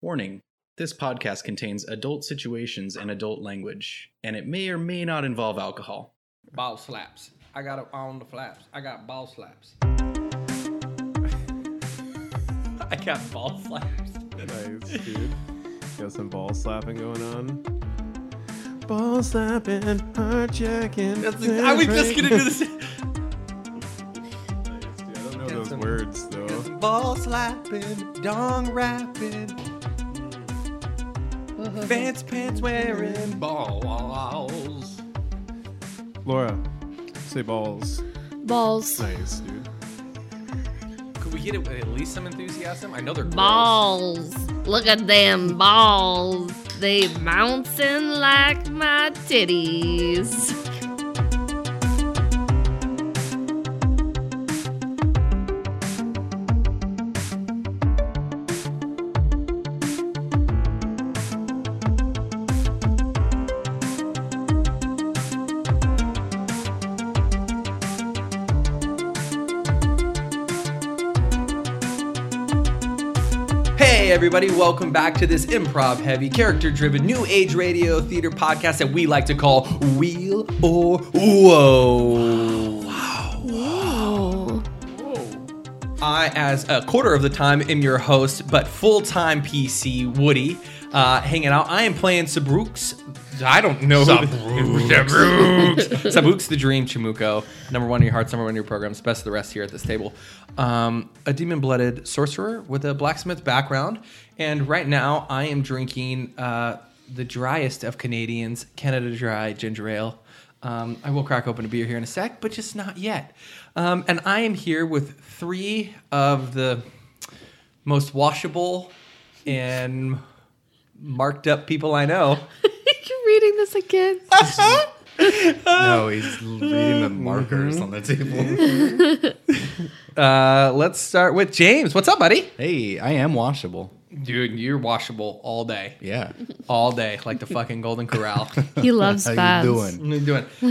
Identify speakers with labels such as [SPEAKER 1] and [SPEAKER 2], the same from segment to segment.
[SPEAKER 1] Warning this podcast contains adult situations and adult language, and it may or may not involve alcohol.
[SPEAKER 2] Ball slaps. I got it on the flaps. I got ball slaps.
[SPEAKER 3] I got ball slaps.
[SPEAKER 4] Nice, dude. Got some ball slapping going on. Ball slapping, heart checking.
[SPEAKER 3] That's ex- I was just gonna do this.
[SPEAKER 4] Nice, dude. I don't know
[SPEAKER 2] Get
[SPEAKER 4] those
[SPEAKER 2] some-
[SPEAKER 4] words though.
[SPEAKER 3] Ball slapping, dong rapping, Vance pants wearing, balls.
[SPEAKER 4] Laura, say balls.
[SPEAKER 5] Balls.
[SPEAKER 4] Nice, dude.
[SPEAKER 3] Could we hit it with at least some enthusiasm? I know they're gross.
[SPEAKER 5] Balls. Look at them balls. They bouncing like my titties.
[SPEAKER 3] Hey, everybody, welcome back to this improv heavy, character driven, new age radio theater podcast that we like to call Wheel or Whoa.
[SPEAKER 5] Whoa.
[SPEAKER 3] I, as a quarter of the time, am your host, but full time PC Woody, uh, hanging out. I am playing Sabrooks. I don't know. who the- Sabrooks. Sabrooks the Dream Chimuko. Number one in your hearts, number one in your programs. Best of the rest here at this table. Um, a demon blooded sorcerer with a blacksmith background. And right now, I am drinking uh, the driest of Canadians, Canada Dry Ginger Ale. Um, I will crack open a beer here in a sec, but just not yet. Um, and I am here with three of the most washable and marked up people I know.
[SPEAKER 5] You're reading this again?
[SPEAKER 6] No, he's reading the markers on the table.
[SPEAKER 3] Uh, let's start with James. What's up, buddy?
[SPEAKER 6] hey, I am washable.
[SPEAKER 3] Dude, you're washable all day,
[SPEAKER 6] Yeah.
[SPEAKER 3] all day, like the fucking Golden Corral.
[SPEAKER 5] He loves
[SPEAKER 6] How
[SPEAKER 5] baths.
[SPEAKER 6] you doing?
[SPEAKER 3] What you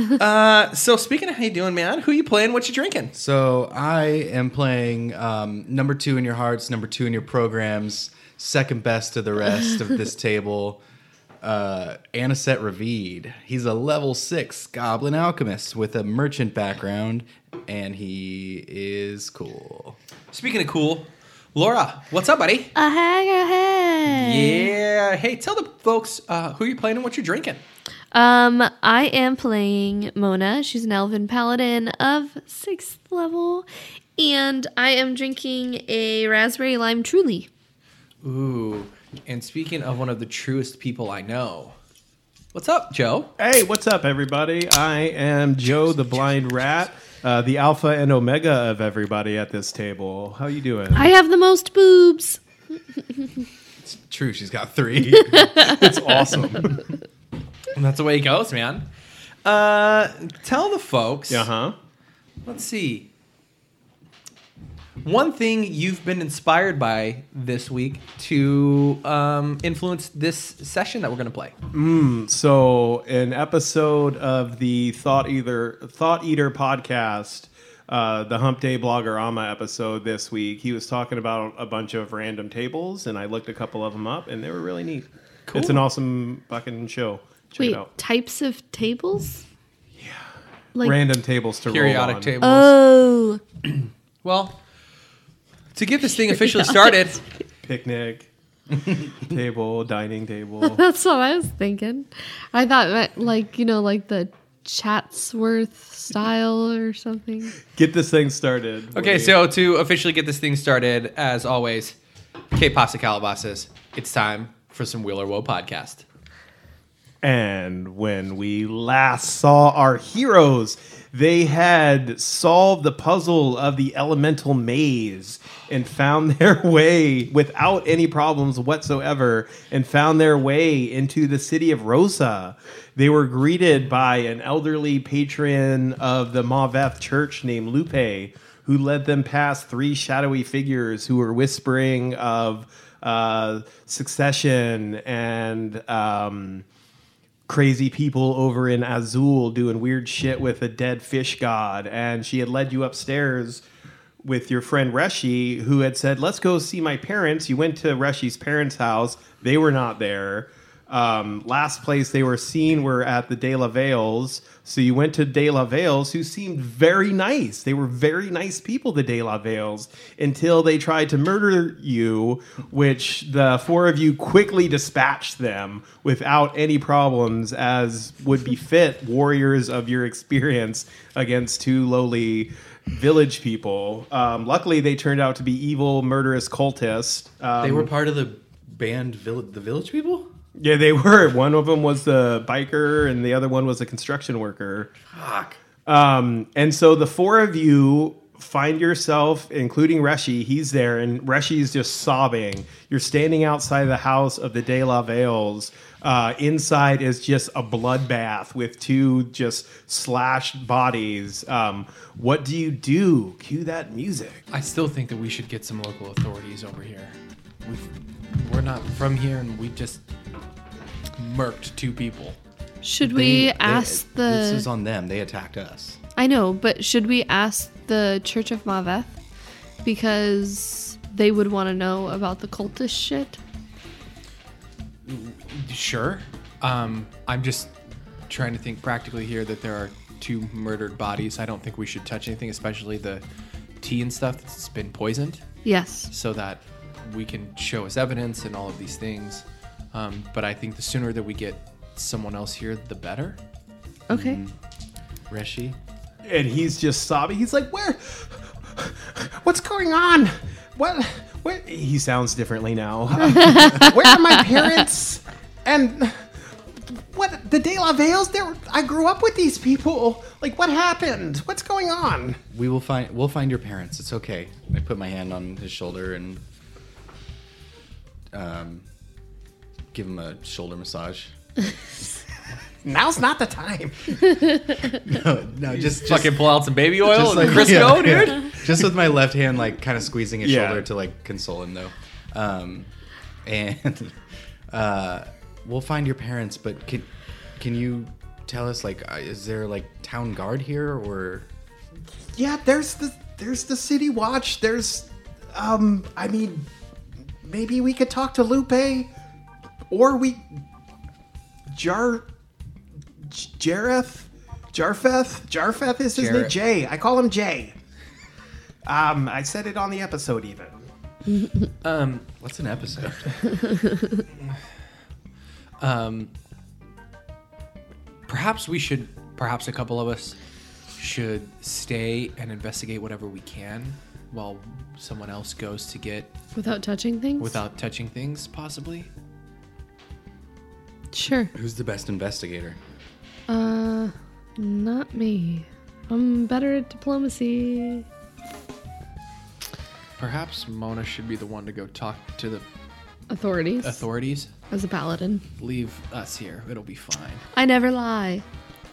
[SPEAKER 3] doing? Uh, so speaking of how you doing, man, who you playing? What you drinking?
[SPEAKER 6] So I am playing um, number two in your hearts, number two in your programs, second best to the rest of this table. Uh, Anisette Ravid. He's a level six goblin alchemist with a merchant background, and he is cool.
[SPEAKER 3] Speaking of cool, Laura, what's up, buddy?
[SPEAKER 5] A hanger head.
[SPEAKER 3] Yeah. Hey, tell the folks uh, who you playing and what you drinking.
[SPEAKER 5] Um, I am playing Mona. She's an elven paladin of sixth level. And I am drinking a raspberry lime truly.
[SPEAKER 3] Ooh. And speaking of one of the truest people I know, what's up, Joe?
[SPEAKER 4] Hey, what's up, everybody? I am Joe the Blind Rat, uh, the alpha and omega of everybody at this table. How you doing?
[SPEAKER 5] I have the most boobs.
[SPEAKER 6] True, she's got three.
[SPEAKER 4] It's awesome.
[SPEAKER 3] And that's the way it goes, man. Uh, tell the folks.
[SPEAKER 4] uh huh.
[SPEAKER 3] Let's see. One thing you've been inspired by this week to um, influence this session that we're going to play.
[SPEAKER 4] So, an episode of the Thought Either Thought Eater podcast, uh, the Hump Day Blogger Ama episode this week, he was talking about a bunch of random tables, and I looked a couple of them up, and they were really neat. It's an awesome fucking show. Check
[SPEAKER 5] Wait,
[SPEAKER 4] it out.
[SPEAKER 5] types of tables? Yeah. Like
[SPEAKER 4] random tables to roll
[SPEAKER 3] Periodic
[SPEAKER 4] on.
[SPEAKER 3] tables.
[SPEAKER 5] Oh,
[SPEAKER 3] well, to get this thing officially started,
[SPEAKER 4] picnic table, dining table.
[SPEAKER 5] that's what I was thinking. I thought that, like you know, like the Chatsworth style or something.
[SPEAKER 4] Get this thing started.
[SPEAKER 3] okay,
[SPEAKER 4] Woody.
[SPEAKER 3] so to officially get this thing started, as always, K Pasta Calabasas, it's time for some Wheeler Woe podcast.
[SPEAKER 4] And when we last saw our heroes, they had solved the puzzle of the elemental maze and found their way without any problems whatsoever and found their way into the city of Rosa. They were greeted by an elderly patron of the Maveth church named Lupe, who led them past three shadowy figures who were whispering of uh, succession and. Um, crazy people over in Azul doing weird shit with a dead fish god, and she had led you upstairs with your friend Reshi, who had said, "Let's go see my parents." You went to Reshi's parents' house; they were not there. Um, last place they were seen were at the De La Vales. So you went to De La Vales, who seemed very nice. They were very nice people, the De La Vales, until they tried to murder you, which the four of you quickly dispatched them without any problems, as would befit warriors of your experience against two lowly village people. Um, luckily, they turned out to be evil, murderous cultists. Um,
[SPEAKER 6] They were part of the band Vill- the Village People?
[SPEAKER 4] yeah, they were. One of them was the biker, and the other one was a construction worker.
[SPEAKER 6] Fuck.
[SPEAKER 4] Um, and so the four of you find yourself, including Reshi, he's there, and Reshi is just sobbing. You're standing outside the house of the De La Vales. Uh, inside is just a bloodbath with two just slashed bodies. Um, what do you do? Cue that music.
[SPEAKER 3] I still think that we should get some local authorities over here. We've, we're not from here, and we just murked two people.
[SPEAKER 5] Should
[SPEAKER 6] They-
[SPEAKER 5] we
[SPEAKER 6] they-
[SPEAKER 5] ask
[SPEAKER 6] This
[SPEAKER 5] the?
[SPEAKER 6] is on them. They attacked us.
[SPEAKER 5] I know, but should we ask the Church of Maveth because they would want to know about the cultist shit?
[SPEAKER 3] Sure. Um, I'm just trying to think practically here that there are two murdered bodies. I don't think we should touch anything, especially the tea and stuff that's been poisoned,
[SPEAKER 5] Yes.
[SPEAKER 3] so that we can show as evidence and all of these things. Um, but I think the sooner that we get someone else here, the better.
[SPEAKER 5] Okay.
[SPEAKER 6] Mm. Reshi?
[SPEAKER 4] and he's just sobbing. He's like, "Where? What's going on? What? What?" He sounds differently now. Where are my parents? And what? The De La Vales? There, I grew up with these people. Like, what happened? What's going on?
[SPEAKER 6] We will find we'll find your parents. It's okay. I put my hand on his shoulder and um give him a shoulder massage.
[SPEAKER 4] Now's not the time.
[SPEAKER 6] No, no, just, just
[SPEAKER 3] Fucking pull out some baby oil
[SPEAKER 6] just
[SPEAKER 3] and
[SPEAKER 6] like-
[SPEAKER 3] Crisco,
[SPEAKER 6] yeah,
[SPEAKER 3] dude.
[SPEAKER 6] yeah. Just with my left hand, like kind of squeezing his
[SPEAKER 4] Yeah.
[SPEAKER 6] shoulder to like console him, though. Um, and uh, we'll find your parents, but can can you tell us like uh, is there like town guard here or
[SPEAKER 4] Yeah, there's the there's the city watch. There's, um, I mean, maybe we could talk to Lupe, or we, Jar, J- Jareth, Jarfeth, Jarfeth is his
[SPEAKER 3] Jareth.
[SPEAKER 4] name. Jay, I call him Jay. Um, I said it on the episode even.
[SPEAKER 3] Um,
[SPEAKER 6] what's an episode?
[SPEAKER 3] um, perhaps we should, perhaps a couple of us should stay and investigate whatever we can while someone else goes to get
[SPEAKER 5] Without touching things.
[SPEAKER 3] without touching things, possibly.
[SPEAKER 5] Sure.
[SPEAKER 6] Who's the best investigator?
[SPEAKER 5] Uh, not me. I'm better at diplomacy.
[SPEAKER 3] Perhaps Mona should be the one to go talk to the
[SPEAKER 5] Authorities.
[SPEAKER 3] authorities.
[SPEAKER 5] as a paladin.
[SPEAKER 3] Leave us here. It'll be fine.
[SPEAKER 5] I never lie.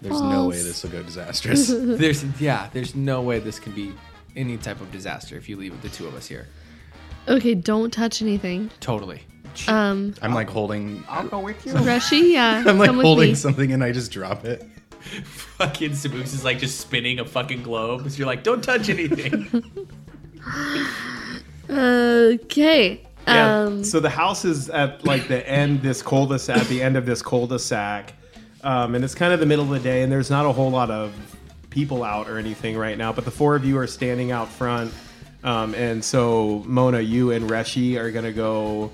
[SPEAKER 6] There's no way
[SPEAKER 5] False.
[SPEAKER 6] this will go disastrous.
[SPEAKER 3] there's yeah, there's no way this can be any type of disaster if you leave the two of us here.
[SPEAKER 5] Okay, don't touch anything.
[SPEAKER 3] Totally.
[SPEAKER 5] Um,
[SPEAKER 6] I'm like holding.
[SPEAKER 4] I'll go with you.
[SPEAKER 5] Reshi, yeah.
[SPEAKER 6] Oh. I'm like
[SPEAKER 5] come with
[SPEAKER 6] holding
[SPEAKER 5] me.
[SPEAKER 6] something and I just drop it.
[SPEAKER 3] Fucking Saboose is like just spinning a fucking globe. So you're like, don't touch anything.
[SPEAKER 5] Okay.
[SPEAKER 4] Yeah.
[SPEAKER 5] Um,
[SPEAKER 4] so the house is at like the end, this cul-de-sac, at the end of this cul-de-sac, um, and it's kind of the middle of the day, and there's not a whole lot of people out or anything right now. But the four of you are standing out front, um, and so Mona, you and Reshi are gonna go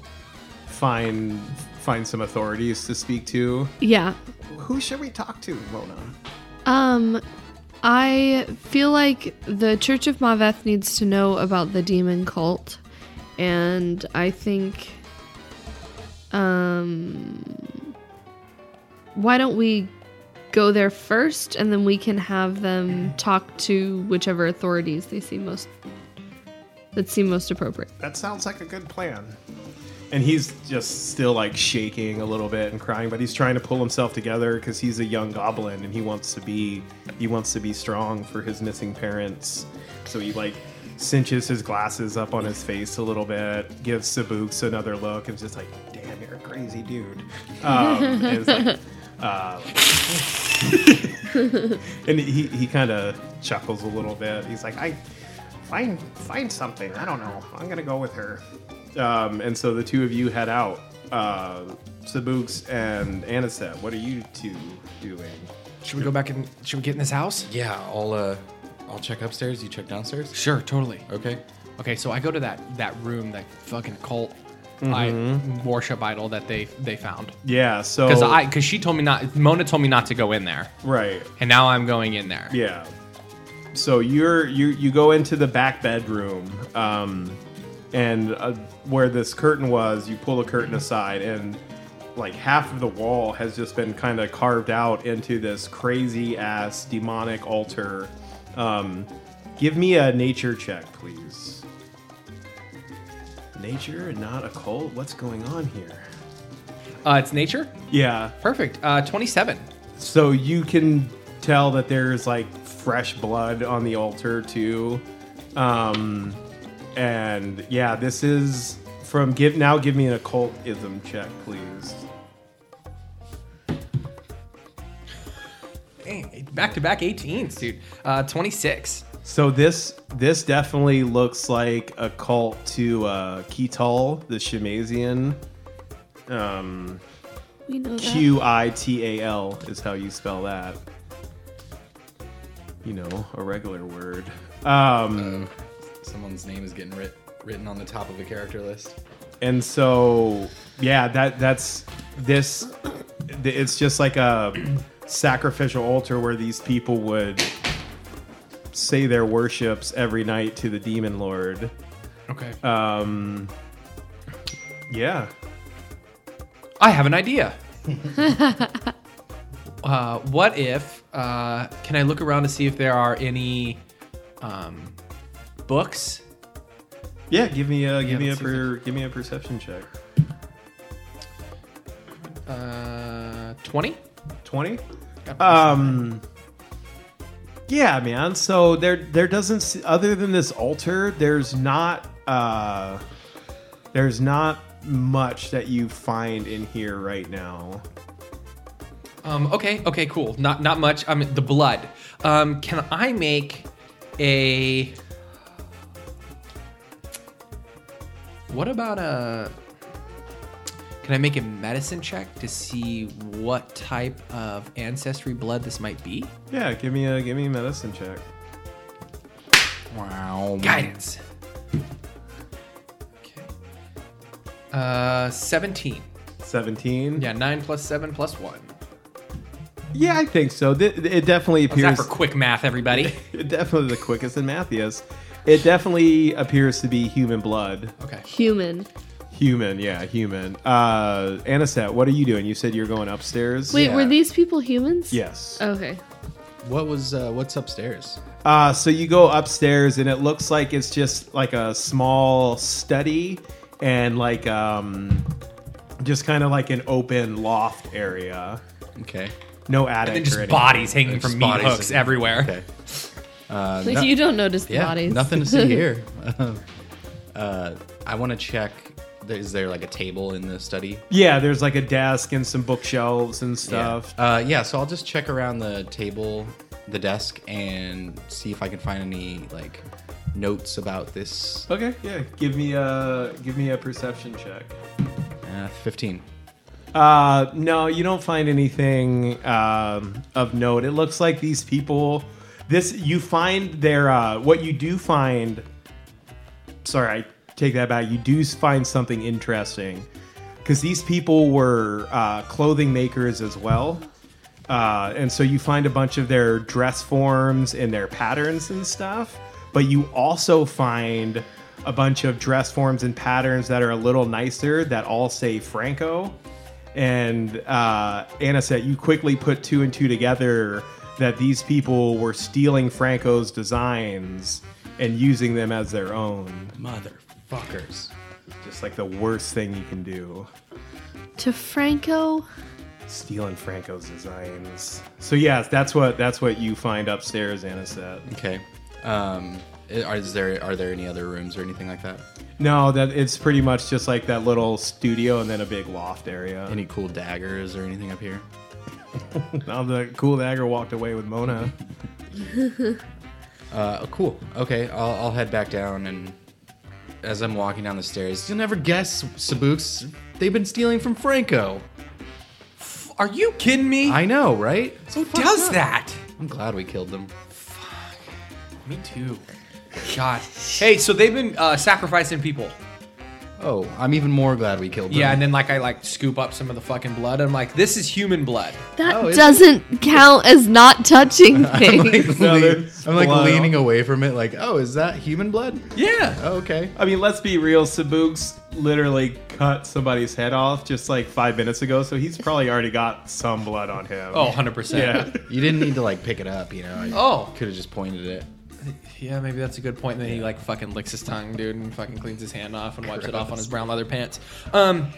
[SPEAKER 4] find find some authorities to speak to.
[SPEAKER 5] yeah.
[SPEAKER 4] Who should we talk to, Mona?
[SPEAKER 5] Um, I feel like the Church of Maveth needs to know about the demon cult, and I think, um, why don't we go there first, and then we can have them talk to whichever authorities they seem most that seem most appropriate.
[SPEAKER 4] That sounds like a good plan. And he's just still like shaking a little bit and crying, but he's trying to pull himself together because he's a young goblin and he wants to be he wants to be strong for his missing parents. So he like cinches his glasses up on his face a little bit, gives Sabuks another look, and is just like, "Damn, you're a crazy dude." Um, and it's like, uh, and he he kind of chuckles a little bit. He's like, "I find find something. I don't know. I'm gonna go with her. Um, and so the two of you head out. Uh, Sabuks and Aniset, what are you two doing?
[SPEAKER 3] Should we go back and should we get in this house?
[SPEAKER 6] Yeah, I'll uh, I'll check upstairs. You check downstairs.
[SPEAKER 3] Sure, totally.
[SPEAKER 6] Okay.
[SPEAKER 3] Okay, so I go to that that room, that fucking cult I worship idol that they they found.
[SPEAKER 4] Yeah. So
[SPEAKER 3] Because I because she told me not Mona told me not to go in there,
[SPEAKER 4] right.
[SPEAKER 3] and now I'm going in there.
[SPEAKER 4] Yeah. So you're you you go into the back bedroom, um, and uh, where this curtain was, you pull a curtain aside, and like half of the wall has just been kind of carved out into this crazy ass demonic altar. Um, give me a nature check, please. Nature and not a cult. What's going on here?
[SPEAKER 3] Uh, it's nature.
[SPEAKER 4] Yeah,
[SPEAKER 3] Perfect. Uh, 27.
[SPEAKER 4] so you can tell that there's like fresh blood on the altar too um and yeah this is from give now give me an occultism check please
[SPEAKER 3] Back to back 18s, dude. Uh, 26.
[SPEAKER 4] so this this definitely looks like a cult to uh Ketal, the Shemazian. um
[SPEAKER 5] We know that.
[SPEAKER 4] q-i-t-a-l is how you spell that you know a regular word um
[SPEAKER 6] Someone's name is getting writ- written on the top of a character list.
[SPEAKER 4] and so yeah that that's this th- it's just like a sacrificial altar where these people would say their worships every night to the demon lord
[SPEAKER 3] Okay.
[SPEAKER 4] um yeah
[SPEAKER 3] I have an idea. uh, what if? Uh, can I look around to see if there are any um, books?
[SPEAKER 4] yeah give me a give me a
[SPEAKER 3] let's see
[SPEAKER 4] per, give me a perception check
[SPEAKER 3] Uh, 20?
[SPEAKER 4] 20 um yeah man so there there doesn't se- other than this altar there's not uh there's not much that you find in here right now
[SPEAKER 3] Um, okay, okay, cool. Not not much. I mean, the blood. Um, can I make a? What about a? Can I make a medicine check to see what type of ancestry blood this might be?
[SPEAKER 4] yeah give me a give me a medicine check
[SPEAKER 6] Wow.
[SPEAKER 3] Guidance. Okay. Uh, seventeen.
[SPEAKER 4] 17
[SPEAKER 3] Yeah, nine plus seven plus one.
[SPEAKER 4] yeah i think so Th- it definitely
[SPEAKER 3] Is that
[SPEAKER 4] appears
[SPEAKER 3] for quick math, everybody?
[SPEAKER 4] it definitely the quickest in matthias it definitely appears to be human blood
[SPEAKER 3] okay.
[SPEAKER 5] Human.
[SPEAKER 4] human yeah human uh anisette what are you doing you said you're going upstairs
[SPEAKER 5] Wait, were
[SPEAKER 6] Yeah.
[SPEAKER 5] these people humans?
[SPEAKER 4] yes
[SPEAKER 5] Okay.
[SPEAKER 6] What was uh, what's upstairs?
[SPEAKER 4] Uh, so you go upstairs, and it looks like it's just like a small study and like um, just kind of like an open loft area.
[SPEAKER 6] Okay.
[SPEAKER 4] No attic.
[SPEAKER 3] And
[SPEAKER 4] or
[SPEAKER 3] just
[SPEAKER 4] anything.
[SPEAKER 3] bodies hanging
[SPEAKER 6] Just
[SPEAKER 3] from meat
[SPEAKER 6] bodies
[SPEAKER 3] hooks
[SPEAKER 6] and-
[SPEAKER 3] everywhere.
[SPEAKER 6] Okay. Uh,
[SPEAKER 5] Like
[SPEAKER 6] no-
[SPEAKER 5] you don't notice the
[SPEAKER 6] yeah,
[SPEAKER 5] bodies.
[SPEAKER 6] nothing to see here. uh, I want to check. Is there like a table in the study?
[SPEAKER 4] Yeah, there's like a desk and some bookshelves and stuff.
[SPEAKER 6] Yeah. Uh, yeah, so I'll just check around the table, the desk, and see if I can find any like notes about this.
[SPEAKER 4] Uh, Okay, yeah. Give me a give me a perception check.
[SPEAKER 6] Uh, Fifteen.
[SPEAKER 4] Uh, no, you don't find anything um, of note. It looks like these people. This you find their uh, what you do find. Sorry, I take that back. You do find something interesting because these people were uh, clothing makers as well. Uh, and so you find a bunch of their dress forms and their patterns and stuff, but you also find a bunch of dress forms and patterns that are a little nicer that all say Franco. And uh, Anna said you quickly put two and two together that these people were stealing Franco's designs and using them as their own.
[SPEAKER 6] Motherfuckers.
[SPEAKER 4] Just like the worst thing you can do.
[SPEAKER 5] To Franco.
[SPEAKER 4] stealing Franco's designs. So yes, that's what that's what you find upstairs, Anisette.
[SPEAKER 6] Okay. Um, i- are is there are there any other rooms or anything like that?
[SPEAKER 4] No, that it's pretty much just like that little studio and then a big loft area.
[SPEAKER 6] Any cool daggers or anything up here?
[SPEAKER 4] now the cool dagger walked away with Mona.
[SPEAKER 6] Uh, cool. Okay, I'll, I'll head back down, and as I'm walking down the stairs, you'll never guess, Sabooks. They've been stealing from Franco.
[SPEAKER 3] Are you kidding me?
[SPEAKER 6] I know, right?
[SPEAKER 3] Who does that?
[SPEAKER 6] I'm glad we killed them.
[SPEAKER 3] Me too. God. Hey, so they've been uh, sacrificing people.
[SPEAKER 6] Oh, I'm even more glad we killed them.
[SPEAKER 3] Yeah, and then like I like scoop up some of the fucking blood. I'm like, this is human blood.
[SPEAKER 5] That
[SPEAKER 6] Oh, is it?
[SPEAKER 5] doesn't count as not touching things.
[SPEAKER 6] Like,
[SPEAKER 4] No,
[SPEAKER 6] lean-
[SPEAKER 4] there's
[SPEAKER 6] I'm like
[SPEAKER 4] blood.
[SPEAKER 6] leaning away from it, like, oh, is that human blood?
[SPEAKER 3] Yeah.
[SPEAKER 6] Oh, okay.
[SPEAKER 4] I mean, let's be real. Sabooks literally cut somebody's head off just like five minutes ago, so he's probably already got some blood on him.
[SPEAKER 3] Oh, 100%.
[SPEAKER 4] yeah.
[SPEAKER 6] You didn't need to like pick it up, you know. I
[SPEAKER 3] Oh.
[SPEAKER 6] could have just pointed it.
[SPEAKER 3] Yeah, maybe that's a good point. And then he like fucking licks his tongue, dude, and fucking cleans his hand off and wipes it off on his brown leather pants. Um,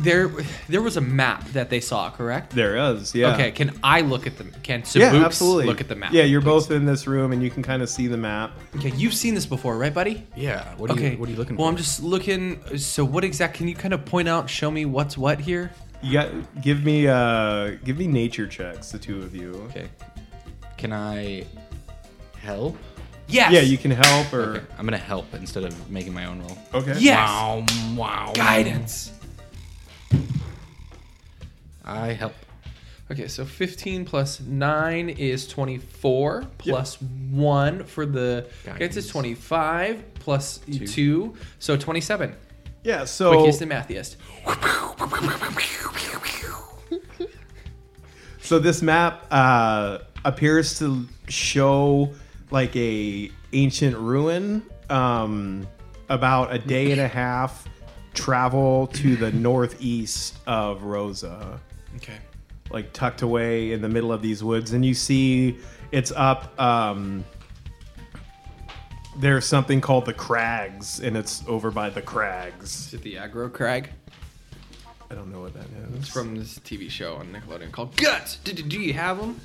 [SPEAKER 3] there, there was a map that they saw, correct?
[SPEAKER 4] there is. Yeah.
[SPEAKER 3] Okay, can I look at the Can Sabooks
[SPEAKER 4] Yeah, absolutely.
[SPEAKER 3] look at the map?
[SPEAKER 4] Yeah, you're both in this room, and you can kind of see the map.
[SPEAKER 3] Okay, you've seen this before, right, buddy?
[SPEAKER 6] Yeah. What are
[SPEAKER 3] Okay.
[SPEAKER 6] you What are you looking
[SPEAKER 3] Well,
[SPEAKER 6] for?
[SPEAKER 3] I'm just looking. So, what exact? Can you kind of point out, show me what's what here?
[SPEAKER 4] You got, give me, uh, give me nature checks, the two of you.
[SPEAKER 6] okay. Can I help?
[SPEAKER 3] Yes.
[SPEAKER 4] Yeah, you can help or
[SPEAKER 6] I'm gonna help instead of making my own roll.
[SPEAKER 4] okay.
[SPEAKER 3] Oh, Yes.
[SPEAKER 6] Wow. Wow.
[SPEAKER 3] Guidance.
[SPEAKER 6] I help.
[SPEAKER 3] Okay, so 15 plus 9 is 24, plus 1 for the guidance is
[SPEAKER 6] Guidance.
[SPEAKER 3] 25, plus 2, so 27.
[SPEAKER 4] Yeah. So
[SPEAKER 3] Quickest and mathiest.
[SPEAKER 4] So this map uh, appears to show like a ancient ruin um, about a day and a half travel to the northeast of Rosa,
[SPEAKER 3] Okay.
[SPEAKER 4] like tucked away in the middle of these woods, and you see it's up. Um, there's something called the Crags, and it's over by the Crags.
[SPEAKER 3] Is it the aggro crag?
[SPEAKER 4] I don't know what that is.
[SPEAKER 3] It's from this TV show on Nickelodeon called Guts. Do, do, do you have them?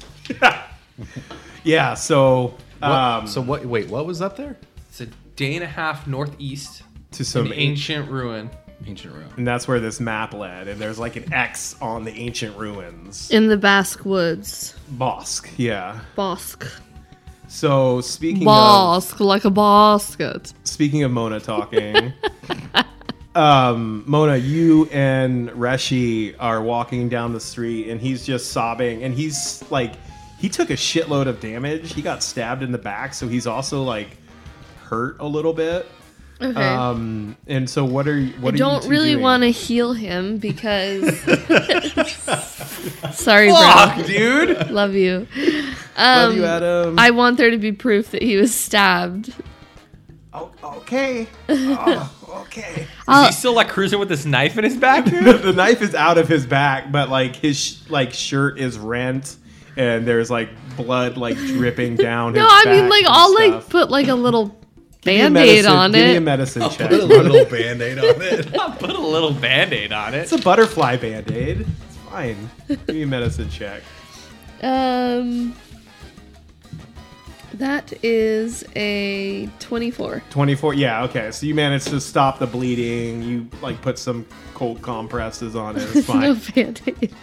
[SPEAKER 4] yeah. So
[SPEAKER 6] What-
[SPEAKER 4] um,
[SPEAKER 6] so what? Wait, what was up there?
[SPEAKER 3] It's a day and a half northeast,
[SPEAKER 4] to
[SPEAKER 3] an
[SPEAKER 4] some ancient.
[SPEAKER 3] ancient ruin.
[SPEAKER 6] Ancient room.
[SPEAKER 4] And that's where this map led. And there's like an X on the ancient ruins.
[SPEAKER 5] In the Basque woods.
[SPEAKER 4] Bosque, yeah.
[SPEAKER 5] Bosque.
[SPEAKER 4] So speaking of
[SPEAKER 5] Bosque, like a bosque. It's-
[SPEAKER 4] speaking of Mona talking. um Mona, you and Reshi are walking down the street and he's just sobbing and he's like he took a shitload of damage. He got stabbed in the back, so he's also like hurt a little bit.
[SPEAKER 5] Okay.
[SPEAKER 4] Um and so what are you
[SPEAKER 5] I
[SPEAKER 4] what are
[SPEAKER 5] don't
[SPEAKER 4] you
[SPEAKER 5] really want
[SPEAKER 4] to
[SPEAKER 5] to heal him because. Sorry,
[SPEAKER 3] Fuck,
[SPEAKER 5] bro.
[SPEAKER 3] dude.
[SPEAKER 5] Love you. Um,
[SPEAKER 4] Love you, Adam.
[SPEAKER 5] I want there to be proof that he was stabbed.
[SPEAKER 4] oh, okay. Oh, okay.
[SPEAKER 5] I'll,
[SPEAKER 3] He's still like cruising with this knife in his back, dude.
[SPEAKER 4] the, the knife is out of his back, but like his sh- like shirt is rent, and there's like blood like dripping down.
[SPEAKER 5] no,
[SPEAKER 4] his
[SPEAKER 5] I mean,
[SPEAKER 4] back
[SPEAKER 5] like,
[SPEAKER 4] and
[SPEAKER 5] I'll like
[SPEAKER 4] stuff.
[SPEAKER 5] put like a little
[SPEAKER 4] Give me a
[SPEAKER 5] band aid
[SPEAKER 4] medicine-
[SPEAKER 5] on
[SPEAKER 4] give me a
[SPEAKER 5] it.
[SPEAKER 4] medicine check.
[SPEAKER 6] Oh, Put a little band-aid on it.
[SPEAKER 3] I'll put a little band aid on it.
[SPEAKER 4] It's a butterfly band aid. It's fine. Give me a medicine check.
[SPEAKER 5] Um, that is a twenty-four.
[SPEAKER 4] Twenty four. Yeah. Okay. So you managed to stop the bleeding. You like put some cold compresses on it. It's
[SPEAKER 5] no
[SPEAKER 4] fine.
[SPEAKER 5] band-aid.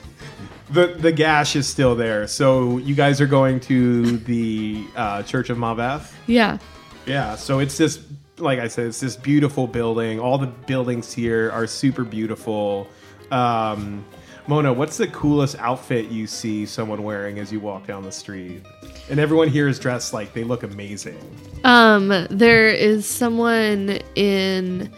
[SPEAKER 4] the the gash is still there. So you guys are going to the uh, Church of Maveth.
[SPEAKER 5] Yeah.
[SPEAKER 4] Yeah, so it's this, like I said, it's this beautiful building. All the buildings here are super beautiful. Um, Mona, what's the coolest outfit you see someone wearing as you walk down the street? And everyone here is dressed like they look amazing.
[SPEAKER 5] Um, there is someone in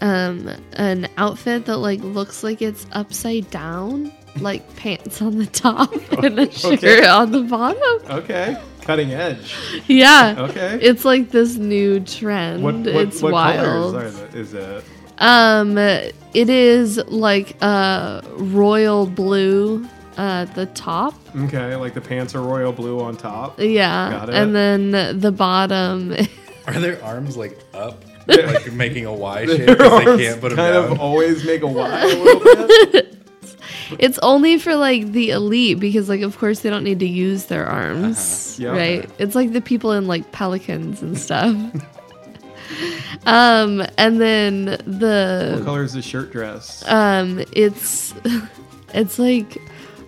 [SPEAKER 5] um an outfit that like looks like it's upside down, like pants on the top and a shirt on the bottom.
[SPEAKER 4] Okay, cutting edge.
[SPEAKER 5] Yeah.
[SPEAKER 4] Oh. Okay.
[SPEAKER 5] It's like this new trend.
[SPEAKER 4] What, what,
[SPEAKER 5] it's
[SPEAKER 4] what
[SPEAKER 5] wild.
[SPEAKER 4] colors are the, is it?
[SPEAKER 5] Um, it is like a royal blue uh, at the top.
[SPEAKER 4] Okay, like the pants are royal blue on top.
[SPEAKER 5] Yeah,
[SPEAKER 4] Got it.
[SPEAKER 5] and then the bottom.
[SPEAKER 6] Are their arms like up, like making a Y shape because they can't put them
[SPEAKER 4] kind
[SPEAKER 6] down?
[SPEAKER 4] of always make a Y a little bit.
[SPEAKER 5] it's only for like the elite because, like, of course they don't need to use their arms,
[SPEAKER 4] Uh-huh. Yeah.
[SPEAKER 5] right? It's like the people in like pelicans and stuff. um, and then
[SPEAKER 4] What
[SPEAKER 5] the
[SPEAKER 4] color is the shirt dress?
[SPEAKER 5] um, it's it's like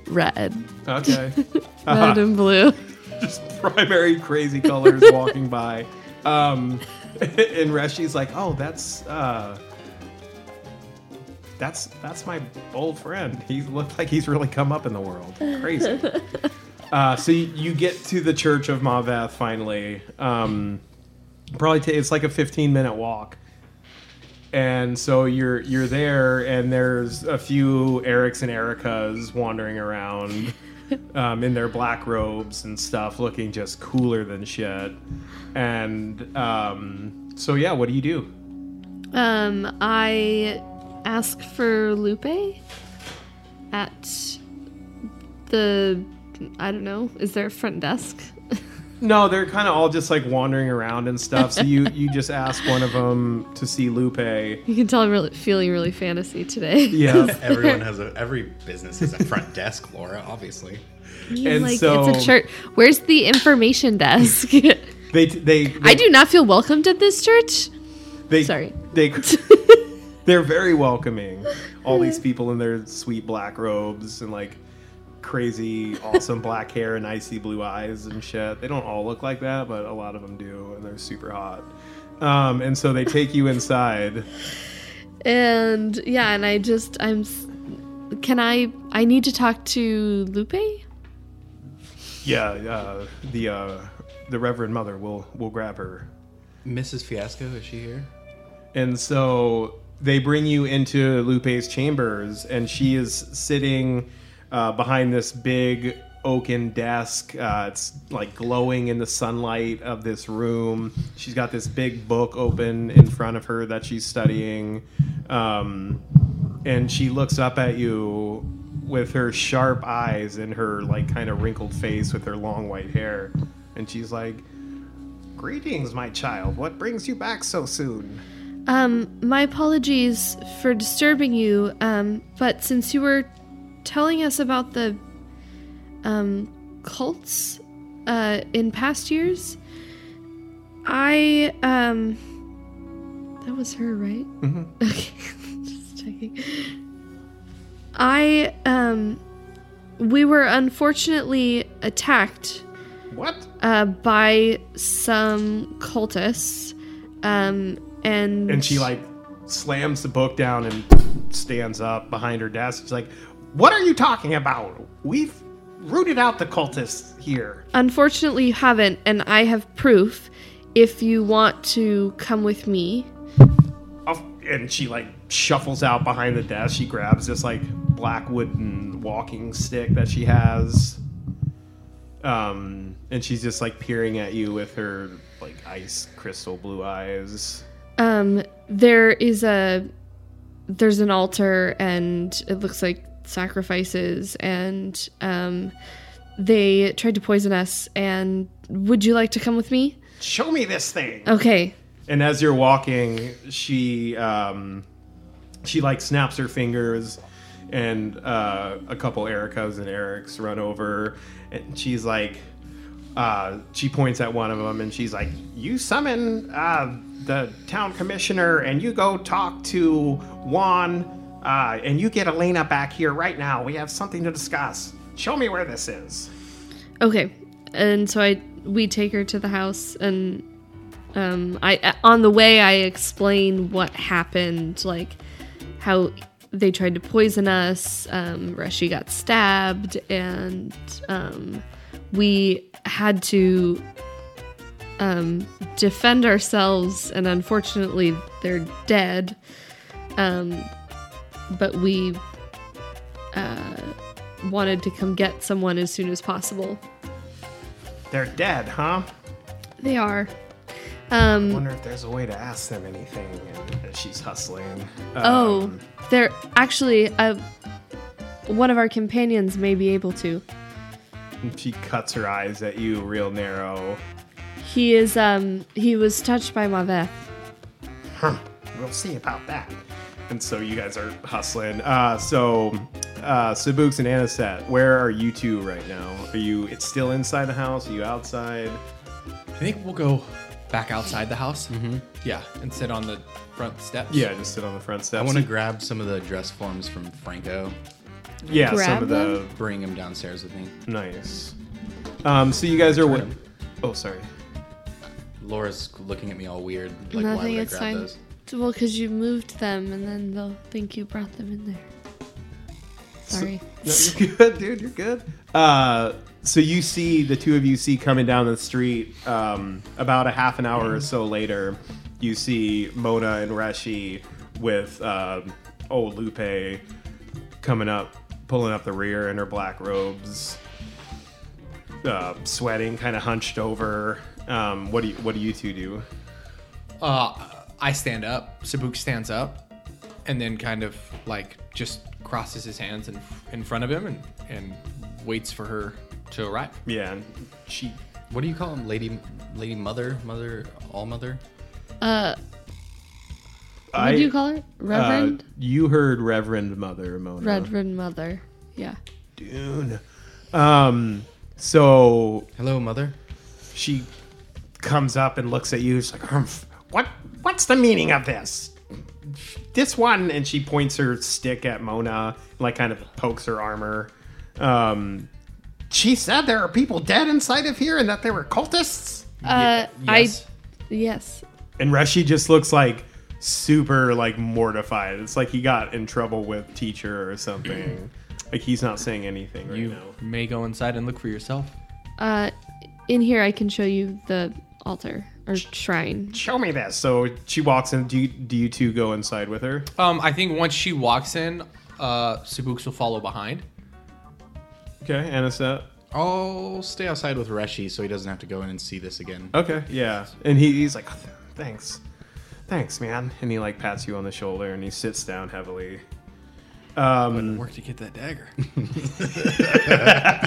[SPEAKER 5] red,
[SPEAKER 4] Okay. Uh-huh.
[SPEAKER 5] red and blue.
[SPEAKER 4] just primary crazy colors walking by. Um, and Reshi's like, oh, that's uh, that's that's my old friend. He looked like he's really come up in the world. Crazy. uh, so you, you get to the church of Mavath finally. Um, probably ta it's like a 15 minute walk and so you're you're there and there's a few erics and ericas wandering around um, in their black robes and stuff looking just cooler than shit and um, so yeah what do you do
[SPEAKER 5] Um, I ask for Lupe at the I don't know. Is there a front desk?
[SPEAKER 4] no they're kind of all just like wandering around and stuff so you you just ask one of them to see lupe
[SPEAKER 5] You can tell I'm really feeling really fantasy today.
[SPEAKER 4] yeah
[SPEAKER 6] Everyone has a every business has a front desk, Laura. Obviously,
[SPEAKER 5] You
[SPEAKER 4] And
[SPEAKER 5] like
[SPEAKER 4] so-
[SPEAKER 5] it's a church. Where's the information desk?
[SPEAKER 4] they they, they
[SPEAKER 5] I do not feel welcomed at this church.
[SPEAKER 4] They,
[SPEAKER 5] Sorry.
[SPEAKER 4] They, they're very welcoming. All these people in their sweet black robes and like crazy, awesome black hair and icy blue eyes and shit. They don't all look like that, but a lot of them do, and they're super hot. Um, and so they take you inside.
[SPEAKER 5] And yeah, and I just I'm. s- Can I? I need to talk to Lupe.
[SPEAKER 4] Yeah, uh, the uh, the Reverend Mother will will grab her
[SPEAKER 6] Mrs. Fiasco is she here?
[SPEAKER 4] And so they bring you into Lupe's chambers, and she is sitting uh, behind this big oaken desk. Uh, it's like glowing in the sunlight of this room. She's got this big book open in front of her that she's studying. Um, and she looks up at you with her sharp eyes and her like kind of wrinkled face with her long white hair. And she's like, Greetings, my child. What brings you back so soon?
[SPEAKER 5] Um, my apologies for disturbing you, um, but since you were telling us about the um, cults uh, in past years, I. Um, that was her, right? Mm-hmm. Okay, just checking. I. Um, we were unfortunately attacked
[SPEAKER 4] What?
[SPEAKER 5] uh, by some cultists. Um, and
[SPEAKER 4] And she like slams the book down and stands up behind her desk. She's like, "What are you talking about? We've rooted out the cultists here."
[SPEAKER 5] Unfortunately, you haven't, and I have proof. If you want to come with me,
[SPEAKER 4] Off- And she like shuffles out behind the desk. She grabs this like black wooden walking stick that she has. Um, and she's just like peering at you with her like ice crystal blue eyes.
[SPEAKER 5] um, there is a there's an altar, and it looks like sacrifices, and um, they tried to poison us. And would you like to come with me?
[SPEAKER 4] Show me this thing.
[SPEAKER 5] Okay.
[SPEAKER 4] And as you're walking, she um, she like snaps her fingers, and uh, a couple Ericas and Erics run over, and she's like, uh, she points at one of them, and she's like, "You summon uh, the town commissioner, and you go talk to Juan, uh, and you get Elena back here right now. We have something to discuss. Show me where this is."
[SPEAKER 5] Okay, and so I we take her to the house, and um, I on the way I explain what happened, like how they tried to poison us. Um, Reshi got stabbed, and um, we had to um, defend ourselves, and unfortunately they're dead. Um, but we uh, wanted to come get someone as soon as possible.
[SPEAKER 4] They're dead, huh?
[SPEAKER 5] They are. Um,
[SPEAKER 4] Wonder if there's a way to ask them anything. And she's hustling.
[SPEAKER 5] Oh, they're actually uh, one of our companions may be able to.
[SPEAKER 4] She cuts her eyes at you real narrow.
[SPEAKER 5] He is um he was touched by Maveth.
[SPEAKER 4] Huh. We'll see about that. And so you guys are hustling. Uh, so, uh, Sabuks and Anisette, where are you two right now? Are you it's still inside the house? Are you outside?
[SPEAKER 3] I think we'll go back outside the house. Mm-hmm. Yeah, and sit on the front steps.
[SPEAKER 4] Yeah, just sit on the front steps.
[SPEAKER 6] I want to grab some of the dress forms from Franco.
[SPEAKER 4] yeah,
[SPEAKER 5] grab
[SPEAKER 4] some of the
[SPEAKER 6] Bring them downstairs with me.
[SPEAKER 4] nice. Um, so you guys are. Wa- oh, sorry.
[SPEAKER 6] Laura's looking at me all weird. Like, why
[SPEAKER 5] Nothing,
[SPEAKER 6] would I
[SPEAKER 5] it's
[SPEAKER 6] grab
[SPEAKER 5] fine.
[SPEAKER 6] those?
[SPEAKER 5] Well, because you moved them and then they'll think you brought them in there. Sorry.
[SPEAKER 4] No, you're good, dude. You're good. Uh, so you see the two of you see coming down the street. Um, about a half an hour or so later, you see Mona and Reshi with um, old Lupe coming up, pulling up the rear in her black robes, uh, sweating, kind of hunched over. Um, what do you, what do you two do?
[SPEAKER 3] Uh, I stand up. Sabuk stands up, and then kind of like just crosses his hands in, in front of him and, and waits for her to arrive.
[SPEAKER 4] Yeah, and she.
[SPEAKER 6] What do you call them? Lady, lady mother, mother, all mother?
[SPEAKER 5] Uh,
[SPEAKER 4] I,
[SPEAKER 5] what do you call it? Reverend?
[SPEAKER 4] Uh, you heard Reverend Mother Mona.
[SPEAKER 5] Reverend Mother. Yeah.
[SPEAKER 4] Dune. Um, so
[SPEAKER 6] Hello, mother.
[SPEAKER 4] she comes up and looks at you. She's like, "Humph. "What? What's the meaning of this? This one?" And she points her stick at Mona, like kind of pokes her armor. Um, she said there are people dead inside of here, and that they were cultists.
[SPEAKER 5] Uh,
[SPEAKER 3] yes.
[SPEAKER 5] I. Yes.
[SPEAKER 4] And Reshi just looks like super like mortified. It's like he got in trouble with teacher or something. like he's not saying anything right
[SPEAKER 3] You
[SPEAKER 4] now.
[SPEAKER 3] may go inside and look for yourself.
[SPEAKER 5] Uh, in here I can show you the altar or shrine.
[SPEAKER 4] Show me this. So she walks in. Do you, do you two go inside with her?
[SPEAKER 3] Um, I think once she walks in, uh, Sabuks will follow behind.
[SPEAKER 4] Okay, Anisette.
[SPEAKER 6] I'll stay outside with Reshi so he doesn't have to go in and see this again.
[SPEAKER 4] Okay, yeah. And he, he's like, thanks. Thanks, man. And he like pats you on the shoulder and he sits down heavily. Um,
[SPEAKER 3] Work to get that dagger.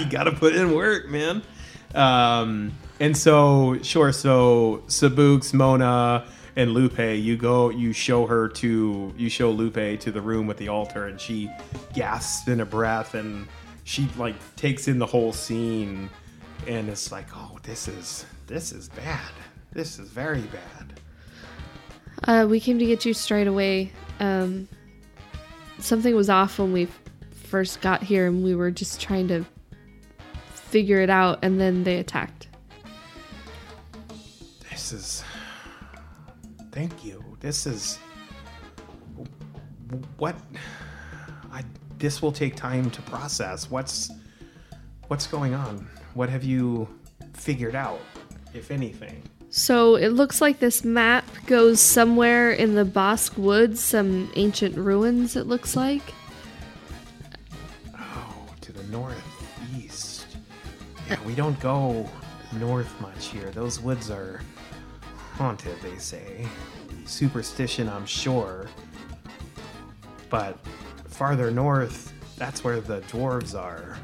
[SPEAKER 4] you gotta put in work, man. Um, and so, sure. So Sabuks, Mona, and Lupe, you go, you show her to, you show Lupe to the room with the altar, and she gasps in a breath, and she like takes in the whole scene, and it's like, oh, this is this is bad. This is very bad.
[SPEAKER 5] Uh, we came to get you straight away. Um, something was off when we f- first got here, and we were just trying to figure it out, and then they attacked.
[SPEAKER 4] This is. Thank you. This is. What? I. This will take time to process. What's. What's going on? What have you figured out, if anything?
[SPEAKER 5] So it looks like this map goes somewhere in the Bosque Woods, some ancient ruins, it looks like.
[SPEAKER 4] Oh, to the northeast. Yeah, we don't go north much here. Those woods are haunted, they say. Superstition, I'm sure. But farther north, that's where the dwarves are.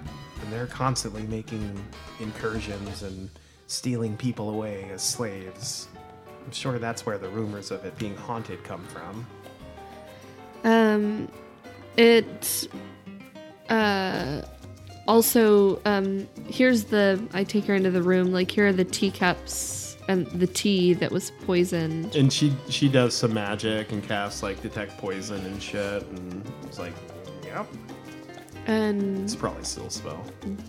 [SPEAKER 4] And they're constantly making incursions and stealing people away as slaves. I'm sure that's where the rumors of it being haunted come from.
[SPEAKER 5] Um, it uh, also um, here's the. I take her into the room. Like here are the teacups and the tea that was poisoned.
[SPEAKER 4] And she she does some magic and casts like detect poison and shit, and it's like, yep, it's
[SPEAKER 5] And
[SPEAKER 4] probably still a spell.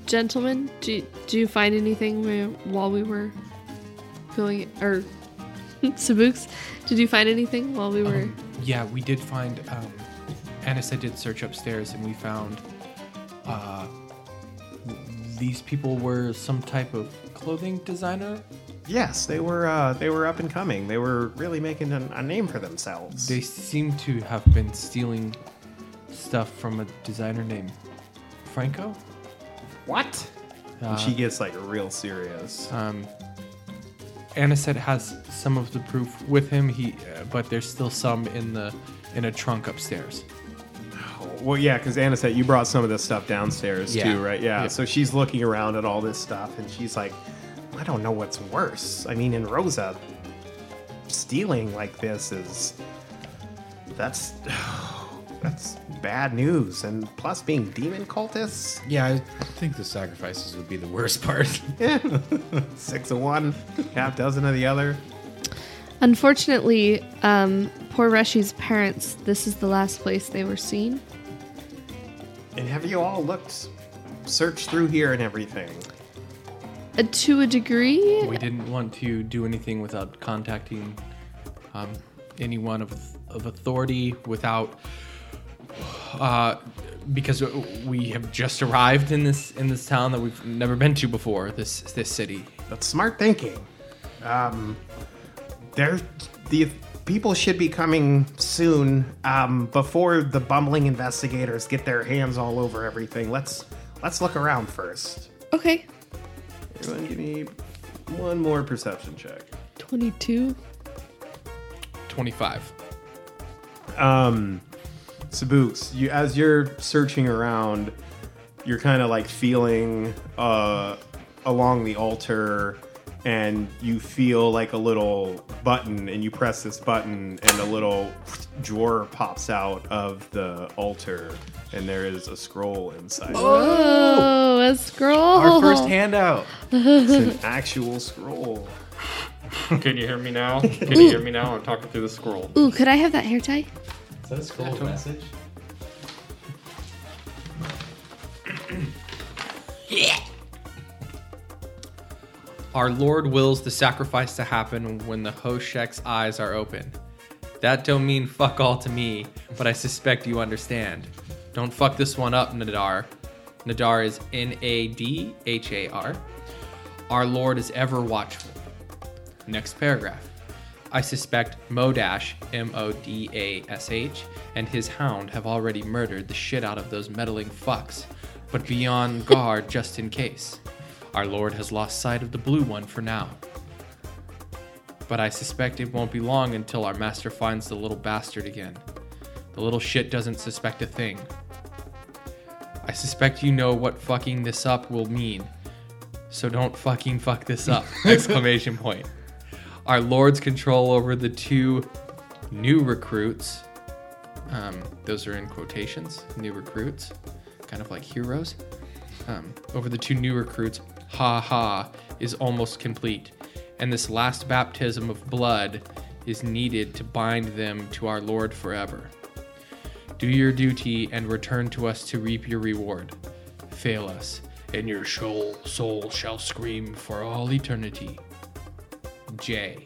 [SPEAKER 5] gentlemen, do do you find anything we, while we were going or Sabuks? Did you find anything while we were?
[SPEAKER 3] yeah, we did find. Um, Anissa did search upstairs, and we found uh, these people were some type of clothing designer.
[SPEAKER 4] Yes, they were uh, they were up and coming. They were really making an, a name for themselves.
[SPEAKER 3] They seem to have been stealing stuff from a designer named Franco.
[SPEAKER 4] what?
[SPEAKER 3] Uh,
[SPEAKER 4] and she gets like real serious.
[SPEAKER 3] Um, Anisette has some of the proof with him. He, uh, but there's still some in the in a trunk upstairs.
[SPEAKER 4] Well, yeah, because Anna said you brought some of this stuff downstairs
[SPEAKER 6] Yeah.
[SPEAKER 4] too, right? Yeah. So she's looking around at all this stuff, and she's like, I don't know what's worse. I mean, in Rosa, stealing like this is that's that's bad news, and plus being demon cultists,
[SPEAKER 6] Yeah, I think the sacrifices would be the worst part.
[SPEAKER 4] six of one, half dozen of the other.
[SPEAKER 5] Unfortunately, um, poor Reshi's parents. This is the last place they were seen.
[SPEAKER 4] And have you all looked, searched through here and everything?
[SPEAKER 5] uh, to a degree.
[SPEAKER 3] We didn't want to do anything without contacting um, anyone of, of authority without uh, because we have just arrived in this in this town that we've never been to before this this city.
[SPEAKER 4] That's smart thinking. Um, there, the people should be coming soon. Um, before the bumbling investigators get their hands all over everything, let's let's look around first.
[SPEAKER 5] Okay,
[SPEAKER 4] Everyone, give me one more perception check.
[SPEAKER 5] 22.
[SPEAKER 3] 25.
[SPEAKER 4] Um, Sabooks, you as you're searching around, you're kind of like feeling uh, along the altar, and you feel like a little button, and you press this button, and a little drawer pops out of the altar, and there is a scroll inside.
[SPEAKER 5] Oh, a scroll.
[SPEAKER 6] Our first handout.
[SPEAKER 4] It's an actual scroll.
[SPEAKER 7] Can you hear me now? Can you hear me now? I'm talking through the scroll.
[SPEAKER 5] Ooh, could I have that hair tie?
[SPEAKER 6] Is that a scroll message?
[SPEAKER 3] Our Lord wills the sacrifice to happen when the Hoshek's eyes are open. That don't mean fuck all to me, but I suspect you understand. Don't fuck this one up, Nadar. Nadar is N A D H A R. Our Lord is ever watchful. Next paragraph. I suspect Modash, M O D A S H, and his hound have already murdered the shit out of those meddling fucks, but be on guard just in case. Our Lord has lost sight of the blue one for now. But I suspect it won't be long until our master finds the little bastard again. The little shit doesn't suspect a thing. I suspect you know what fucking this up will mean. So don't fucking fuck this up! Exclamation point. Our Lord's control over the two new recruits. Um, those are in quotations, new recruits, kind of like heroes. Um, over the two new recruits, ha ha, is almost complete, and this last baptism of blood is needed to bind them to our Lord forever. Do your duty and return to us to reap your reward. Fail us, and your soul, soul shall scream for all eternity. J.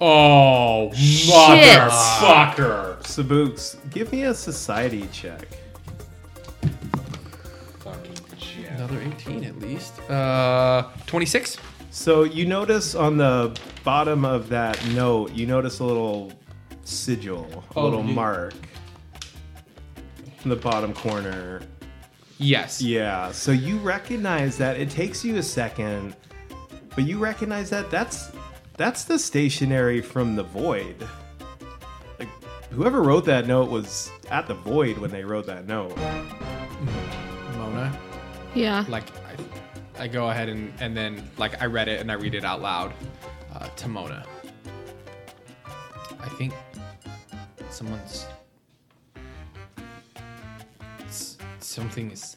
[SPEAKER 7] Oh, motherfucker!
[SPEAKER 4] Sabooks, give me a society check.
[SPEAKER 3] Another 18 at least. Uh, 26?
[SPEAKER 4] So you notice on the bottom of that note, you notice a little sigil, a
[SPEAKER 3] Oh,
[SPEAKER 4] little
[SPEAKER 3] yeah.
[SPEAKER 4] mark in the bottom corner.
[SPEAKER 3] Yes.
[SPEAKER 4] Yeah, so you recognize that it takes you a second, but you recognize that that's that's the stationery from the void. Like whoever wrote that note was at the void when they wrote that note.
[SPEAKER 3] Mona?
[SPEAKER 5] Yeah.
[SPEAKER 3] Like, I, I go ahead and, and then, like, I read it and I read it out loud uh, to Mona. I think someone's. s- Something is.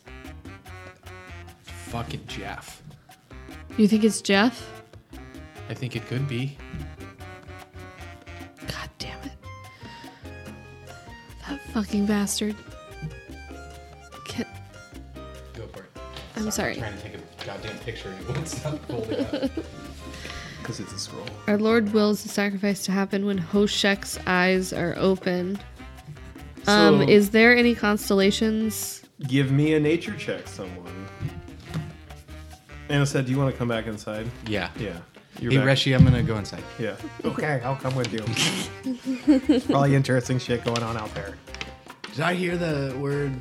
[SPEAKER 3] Fucking Jeff.
[SPEAKER 5] You think it's Jeff?
[SPEAKER 3] I think it could be.
[SPEAKER 5] God damn it. That fucking bastard. Can-
[SPEAKER 3] Go for it.
[SPEAKER 5] I'm sorry.
[SPEAKER 3] to take a goddamn picture and it won't stop holding up.
[SPEAKER 4] Because it's a scroll.
[SPEAKER 5] Our Lord wills the sacrifice to happen when Hoshek's eyes are open. Um,
[SPEAKER 4] So-
[SPEAKER 5] is there any constellations?
[SPEAKER 4] Give me a nature check, someone. Anna said, "Do you want to come back inside?"
[SPEAKER 6] Yeah.
[SPEAKER 4] Yeah. You're
[SPEAKER 6] Hey,
[SPEAKER 4] back.
[SPEAKER 6] Reshi, I'm gonna go inside.
[SPEAKER 4] Yeah. Okay, I'll come with you. Probably interesting shit going on out there.
[SPEAKER 6] Did I hear the word?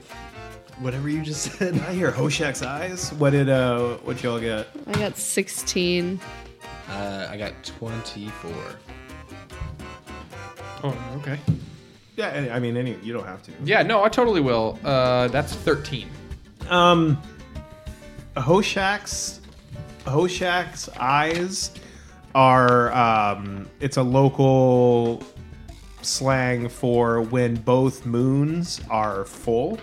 [SPEAKER 6] Whatever you just said.
[SPEAKER 4] I hear Hoshak's eyes. What did uh what y'all get?
[SPEAKER 5] I got 16.
[SPEAKER 6] Uh, I got 24.
[SPEAKER 3] Oh, okay.
[SPEAKER 4] Yeah, any- I mean any you don't have to.
[SPEAKER 3] Yeah, no, I totally will. Uh, that's 13.
[SPEAKER 4] Um Hoshak's Hoshak's eyes are um it's a local slang for when both moons are full.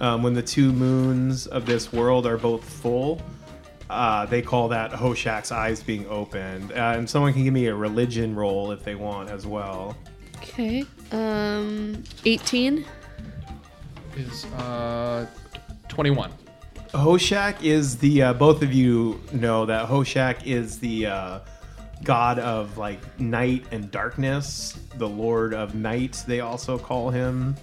[SPEAKER 4] Um, when the two moons of this world are both full, uh, they call that Hoshak's eyes being opened. Uh, and someone can give me a religion roll if they want as well.
[SPEAKER 5] Okay. Um, 18.
[SPEAKER 3] Is uh, 21.
[SPEAKER 4] Hoshak is the uh, both of you know that Hoshak is the uh, god of like night and darkness, the lord of night. They also call him,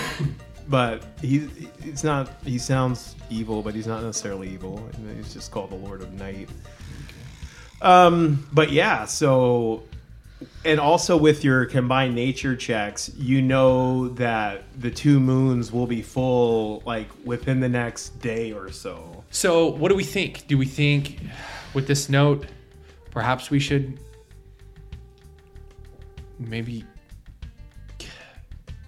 [SPEAKER 4] but he he's not. He sounds evil, but he's not necessarily evil. He's just called the lord of night. Um, but yeah, so and also with your combined nature checks, you know that the two moons will be full like within the next day or so.
[SPEAKER 3] So, what do we think? Do we think with this note, perhaps we should maybe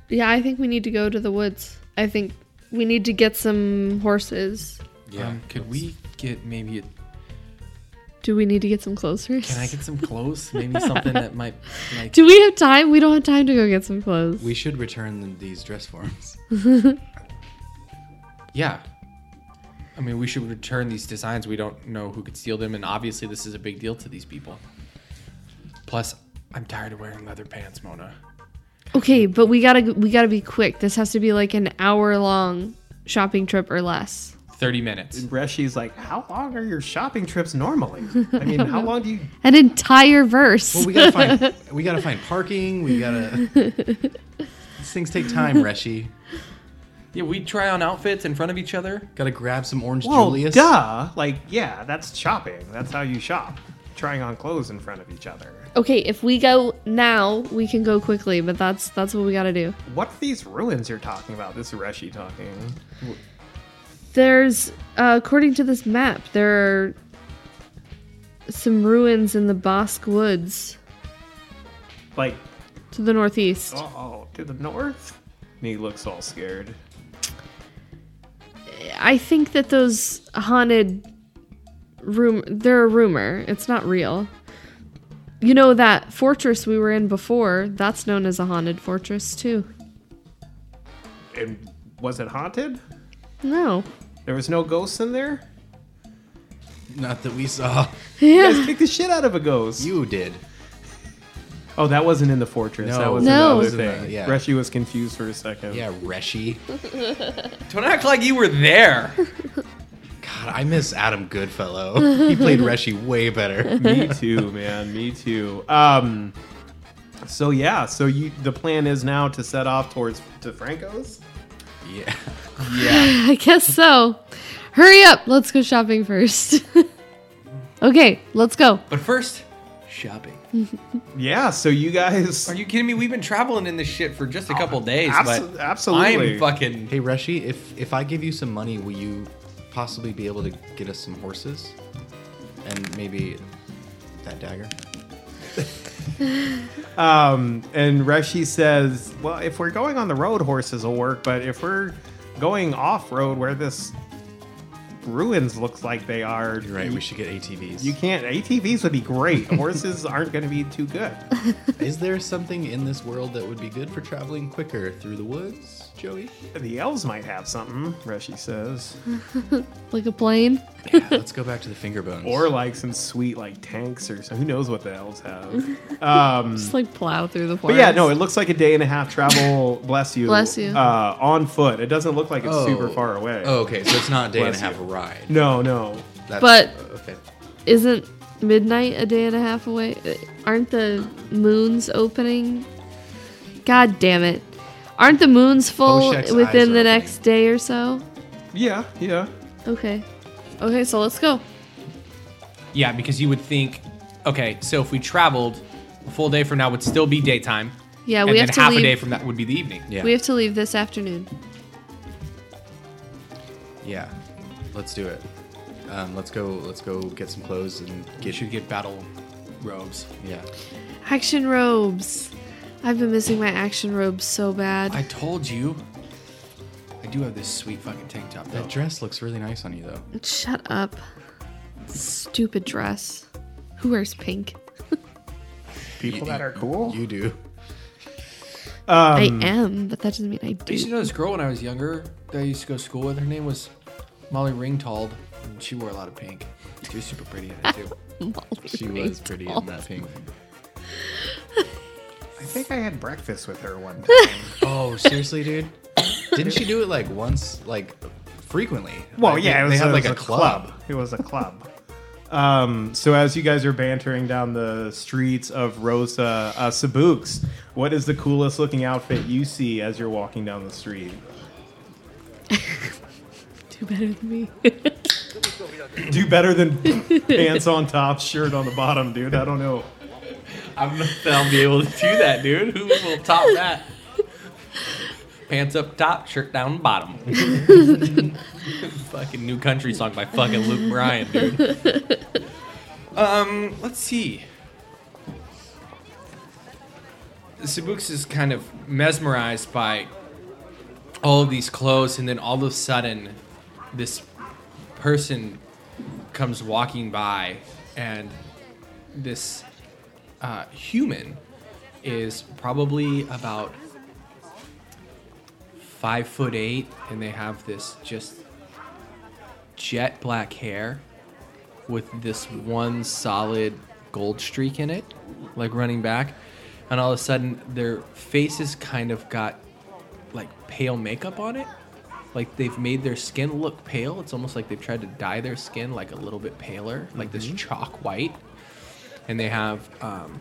[SPEAKER 5] Yeah, I think we need to go to the woods. I think we need to get some horses.
[SPEAKER 3] yeah, um, could we get maybe a,
[SPEAKER 5] Do we need to get some clothes first?
[SPEAKER 3] can I get some clothes? Maybe something that might like
[SPEAKER 5] Do we have time? We don't have time to go get some clothes.
[SPEAKER 6] We should return them these dress forms.
[SPEAKER 3] Yeah. I mean, we should return these designs. We don't know who could steal them, and obviously, this is a big deal to these people. Plus, I'm tired of wearing leather pants, Mona.
[SPEAKER 5] okay, but we gotta we gotta be quick. This has to be like an hour long shopping trip or less.
[SPEAKER 3] 30 minutes.
[SPEAKER 4] Reshi's like, "How long are your shopping trips normally? I mean, how long do you
[SPEAKER 5] An entire verse.
[SPEAKER 6] Well, we gotta find we gotta find parking. We gotta. These things take time, Reshi.
[SPEAKER 3] Yeah, we try on outfits in front of each other.
[SPEAKER 6] Gotta grab some orange
[SPEAKER 4] Well,
[SPEAKER 6] Julius.
[SPEAKER 4] duh. Like, yeah, that's shopping. That's how you shop. Trying on clothes in front of each other.
[SPEAKER 5] okay, if we go now, we can go quickly, but that's that's what we gotta do.
[SPEAKER 4] What are these ruins you're talking about? This is Reshi talking.
[SPEAKER 5] There's, uh, according to this map, there are some ruins in the Bosque Woods
[SPEAKER 4] Like,
[SPEAKER 5] to the northeast.
[SPEAKER 4] oh, to the north? And he looks all scared.
[SPEAKER 5] I think that those haunted room they're a rumor. It's not real. You know that fortress we were in before, that's known as a haunted fortress too.
[SPEAKER 4] And was it haunted?
[SPEAKER 5] No.
[SPEAKER 4] There was no ghosts in there?
[SPEAKER 6] Not that we saw.
[SPEAKER 4] You guys
[SPEAKER 5] Yeah.
[SPEAKER 4] kicked the shit out of a ghost.
[SPEAKER 6] You did.
[SPEAKER 4] oh, that wasn't in the fortress.
[SPEAKER 6] No.
[SPEAKER 4] that was
[SPEAKER 5] No.
[SPEAKER 4] another
[SPEAKER 6] That was in
[SPEAKER 4] thing.
[SPEAKER 6] the- yeah.
[SPEAKER 4] Reshi was confused for a second.
[SPEAKER 6] Yeah, Reshi.
[SPEAKER 3] Don't act like you were there.
[SPEAKER 6] God, I miss Adam Goodfellow. He played Reshi way better.
[SPEAKER 4] Me too, man. Me too. Um, so yeah, so you the plan is now to set off towards to Franco's.
[SPEAKER 6] Yeah.
[SPEAKER 5] I guess so. Hurry up, let's go shopping first. okay, let's go.
[SPEAKER 3] But first, shopping.
[SPEAKER 4] Yeah, so you guys.
[SPEAKER 3] Are you kidding me? We've been traveling in this shit for just a couple days.
[SPEAKER 4] abso-
[SPEAKER 3] but
[SPEAKER 4] absolutely.
[SPEAKER 3] I'm fucking.
[SPEAKER 6] Hey Reshi, if if I give you some money, will you possibly be able to get us some horses? And maybe that dagger?
[SPEAKER 4] Um, and Reshi says, "Well, if we're going on the road, horses will work. But if we're going off road, where this ruins looks like they are,
[SPEAKER 6] You're right, we should get ATVs.
[SPEAKER 4] You can't. ATVs would be great. Horses aren't going to be too good.
[SPEAKER 6] Is there something in this world that would be good for traveling quicker through the woods, Joey?
[SPEAKER 4] The elves might have something. Reshi says,
[SPEAKER 5] Like a plane.
[SPEAKER 6] Yeah, let's go back to the finger bones.
[SPEAKER 4] or like some sweet like tanks or something. Who knows what the elves have?
[SPEAKER 5] Just like plow through the
[SPEAKER 4] But
[SPEAKER 5] forest.
[SPEAKER 4] yeah, no. It looks like a day and a half travel. bless you.
[SPEAKER 5] Bless you.
[SPEAKER 4] Uh, on foot. It doesn't look like it's
[SPEAKER 6] Oh.
[SPEAKER 4] super far away.
[SPEAKER 6] Oh, okay, so it's not a day and a
[SPEAKER 4] Bless
[SPEAKER 6] half
[SPEAKER 4] you.
[SPEAKER 6] ride.
[SPEAKER 4] No, no.
[SPEAKER 6] That's,
[SPEAKER 5] But-
[SPEAKER 6] okay.
[SPEAKER 5] Isn't midnight a day and a half away? Uh, Aren't the moons opening? God damn it. Aren't the moons full
[SPEAKER 6] Hoshak's eyes are
[SPEAKER 5] within the
[SPEAKER 6] opening.
[SPEAKER 5] next day or so?
[SPEAKER 4] Yeah, yeah.
[SPEAKER 5] Okay. Okay, so let's go.
[SPEAKER 3] Yeah, because you would think, okay, so if we traveled, a full day from now would still be daytime.
[SPEAKER 5] Yeah,
[SPEAKER 3] and
[SPEAKER 5] we
[SPEAKER 3] then
[SPEAKER 5] have to
[SPEAKER 3] half
[SPEAKER 5] leave.
[SPEAKER 3] a day from that would be the evening.
[SPEAKER 6] Yeah.
[SPEAKER 5] We have to leave this afternoon.
[SPEAKER 6] yeah. Let's do it. Um, let's go. Let's go get some clothes and
[SPEAKER 3] You
[SPEAKER 6] get
[SPEAKER 3] should get battle robes.
[SPEAKER 6] yeah.
[SPEAKER 5] Action robes. I've been missing my action robes so bad.
[SPEAKER 3] I told you. I do have this sweet fucking tank top though.
[SPEAKER 6] That dress looks really nice on you though.
[SPEAKER 5] Shut up. Stupid dress. Who wears pink?
[SPEAKER 4] People
[SPEAKER 6] You-
[SPEAKER 4] that
[SPEAKER 6] you-
[SPEAKER 4] are cool.
[SPEAKER 6] You do.
[SPEAKER 5] I am, but that doesn't mean
[SPEAKER 7] I
[SPEAKER 5] I
[SPEAKER 7] used to
[SPEAKER 5] do.
[SPEAKER 7] know this girl when I was younger that I used to go to school with. Her name was Molly Ringtald, and she wore a lot of pink. She was super pretty in it too.
[SPEAKER 6] She was pretty in that pink.
[SPEAKER 4] I think I had breakfast with her one time.
[SPEAKER 6] Oh, seriously, dude? Didn't she do it like once, like frequently.
[SPEAKER 4] Well,
[SPEAKER 6] Like,
[SPEAKER 4] yeah,
[SPEAKER 6] they,
[SPEAKER 4] it was,
[SPEAKER 6] they had
[SPEAKER 4] it
[SPEAKER 6] like
[SPEAKER 4] was
[SPEAKER 6] a, club.
[SPEAKER 4] It was a club. Um, so as you guys are bantering down the streets of Rosa uh, Sabuks, what is the coolest looking outfit you see as you're walking down the street?
[SPEAKER 5] Do better than me.
[SPEAKER 4] Do better than pants on top, shirt on the bottom, dude. I don't know.
[SPEAKER 3] I'm not that I'll be able to do that, dude. Who will top that? Pants up top, shirt down bottom. fucking new country song by fucking Luke Bryan, dude. Um, let's see. Sabuks is kind of mesmerized by all of these clothes, and then all of a sudden, this person comes walking by, and this uh, human is probably about five foot eight, and they have this just jet black hair with this one solid gold streak in it, like running back. And all of a sudden, their faces kind of got like pale makeup on it. Like they've made their skin look pale. It's almost like they've tried to dye their skin like a little bit paler, like this chalk white and they have um,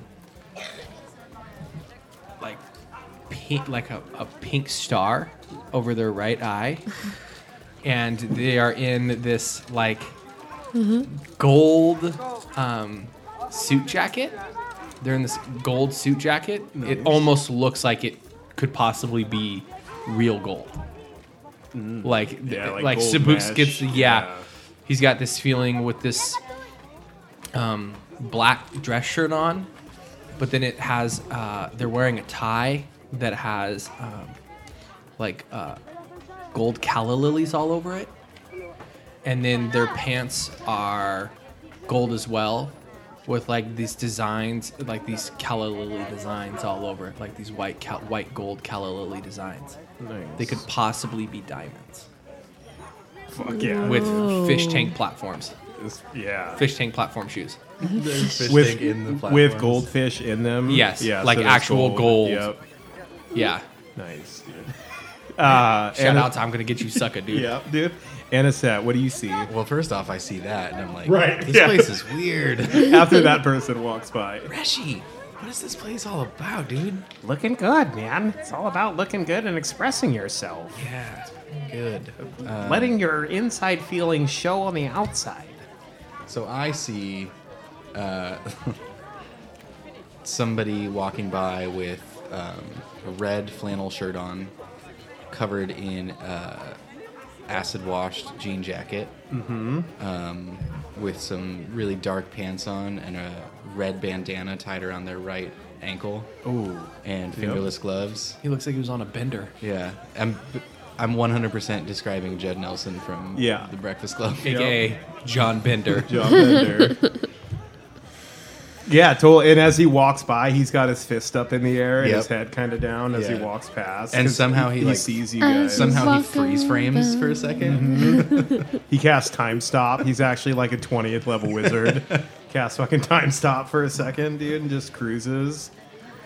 [SPEAKER 3] like pink, like a, a pink star over their right eye, and they are in this like gold um, suit jacket. They're in this gold suit jacket. It almost looks like it could possibly be real gold. Like,
[SPEAKER 4] Mm. Yeah,
[SPEAKER 3] like,
[SPEAKER 4] like
[SPEAKER 3] like
[SPEAKER 4] gold
[SPEAKER 3] Sabuks
[SPEAKER 4] mesh.
[SPEAKER 3] gets,
[SPEAKER 4] Yeah.
[SPEAKER 3] yeah. He's got this feeling with this um, black dress shirt on, but then it has uh, they're wearing a tie that has um, like uh, gold calla lilies all over it, and then their pants are gold as well, with like these designs, like these calla lily designs all over it, like these white cal- white gold calla lily designs. They could possibly be diamonds
[SPEAKER 4] Fuck yeah.
[SPEAKER 3] with fish tank platforms,
[SPEAKER 4] It's- yeah.
[SPEAKER 3] fish tank platform shoes.
[SPEAKER 6] Fish
[SPEAKER 4] With,
[SPEAKER 6] tank in the
[SPEAKER 4] with
[SPEAKER 6] platforms.
[SPEAKER 4] goldfish in them.
[SPEAKER 3] Yes,
[SPEAKER 4] Yeah.
[SPEAKER 3] like
[SPEAKER 4] there's
[SPEAKER 3] actual gold.
[SPEAKER 4] Yep.
[SPEAKER 3] Yeah.
[SPEAKER 4] Nice, dude. Uh,
[SPEAKER 3] Shout
[SPEAKER 4] Ana-
[SPEAKER 3] out to I'm gonna get you sucker, dude.
[SPEAKER 4] Yeah, dude. Anisette, what do you see?
[SPEAKER 6] Well, first off, I see that and I'm like,
[SPEAKER 4] Right,
[SPEAKER 6] this
[SPEAKER 4] yeah.
[SPEAKER 6] place is weird.
[SPEAKER 4] after that person walks by.
[SPEAKER 6] Reshi, what is this place all about, dude?
[SPEAKER 4] Looking good, man. It's all about looking good and expressing yourself,
[SPEAKER 6] Yeah, good. Uh,
[SPEAKER 4] letting your inside feelings show on the outside.
[SPEAKER 6] so I see uh, somebody walking by with um, a red flannel shirt on, covered in uh, acid washed jean jacket, mm-hmm. um, with some really dark pants on and a red bandana tied around their right ankle. Ooh. And fingerless gloves.
[SPEAKER 7] He looks like he was on a bender.
[SPEAKER 6] Yeah, I'm. I'm 100% describing Jed Nelson from
[SPEAKER 4] Yeah.
[SPEAKER 6] The Breakfast Club.
[SPEAKER 3] AKA John Bender.
[SPEAKER 4] John Bender. yeah, totally. And as he walks by, he's got his fist up in the air and
[SPEAKER 6] Yep.
[SPEAKER 4] his head kind of down as he
[SPEAKER 6] Yeah.
[SPEAKER 4] walks past.
[SPEAKER 6] And
[SPEAKER 4] 'Cause
[SPEAKER 6] somehow he,
[SPEAKER 4] he
[SPEAKER 6] like,
[SPEAKER 4] sees you
[SPEAKER 5] Uh,
[SPEAKER 4] guys.
[SPEAKER 6] Somehow he
[SPEAKER 5] Fuck
[SPEAKER 6] freeze frames for a 2nd
[SPEAKER 4] He casts time stop. He's actually like a 20th level wizard. Casts fucking time stop for a second, dude, and just cruises.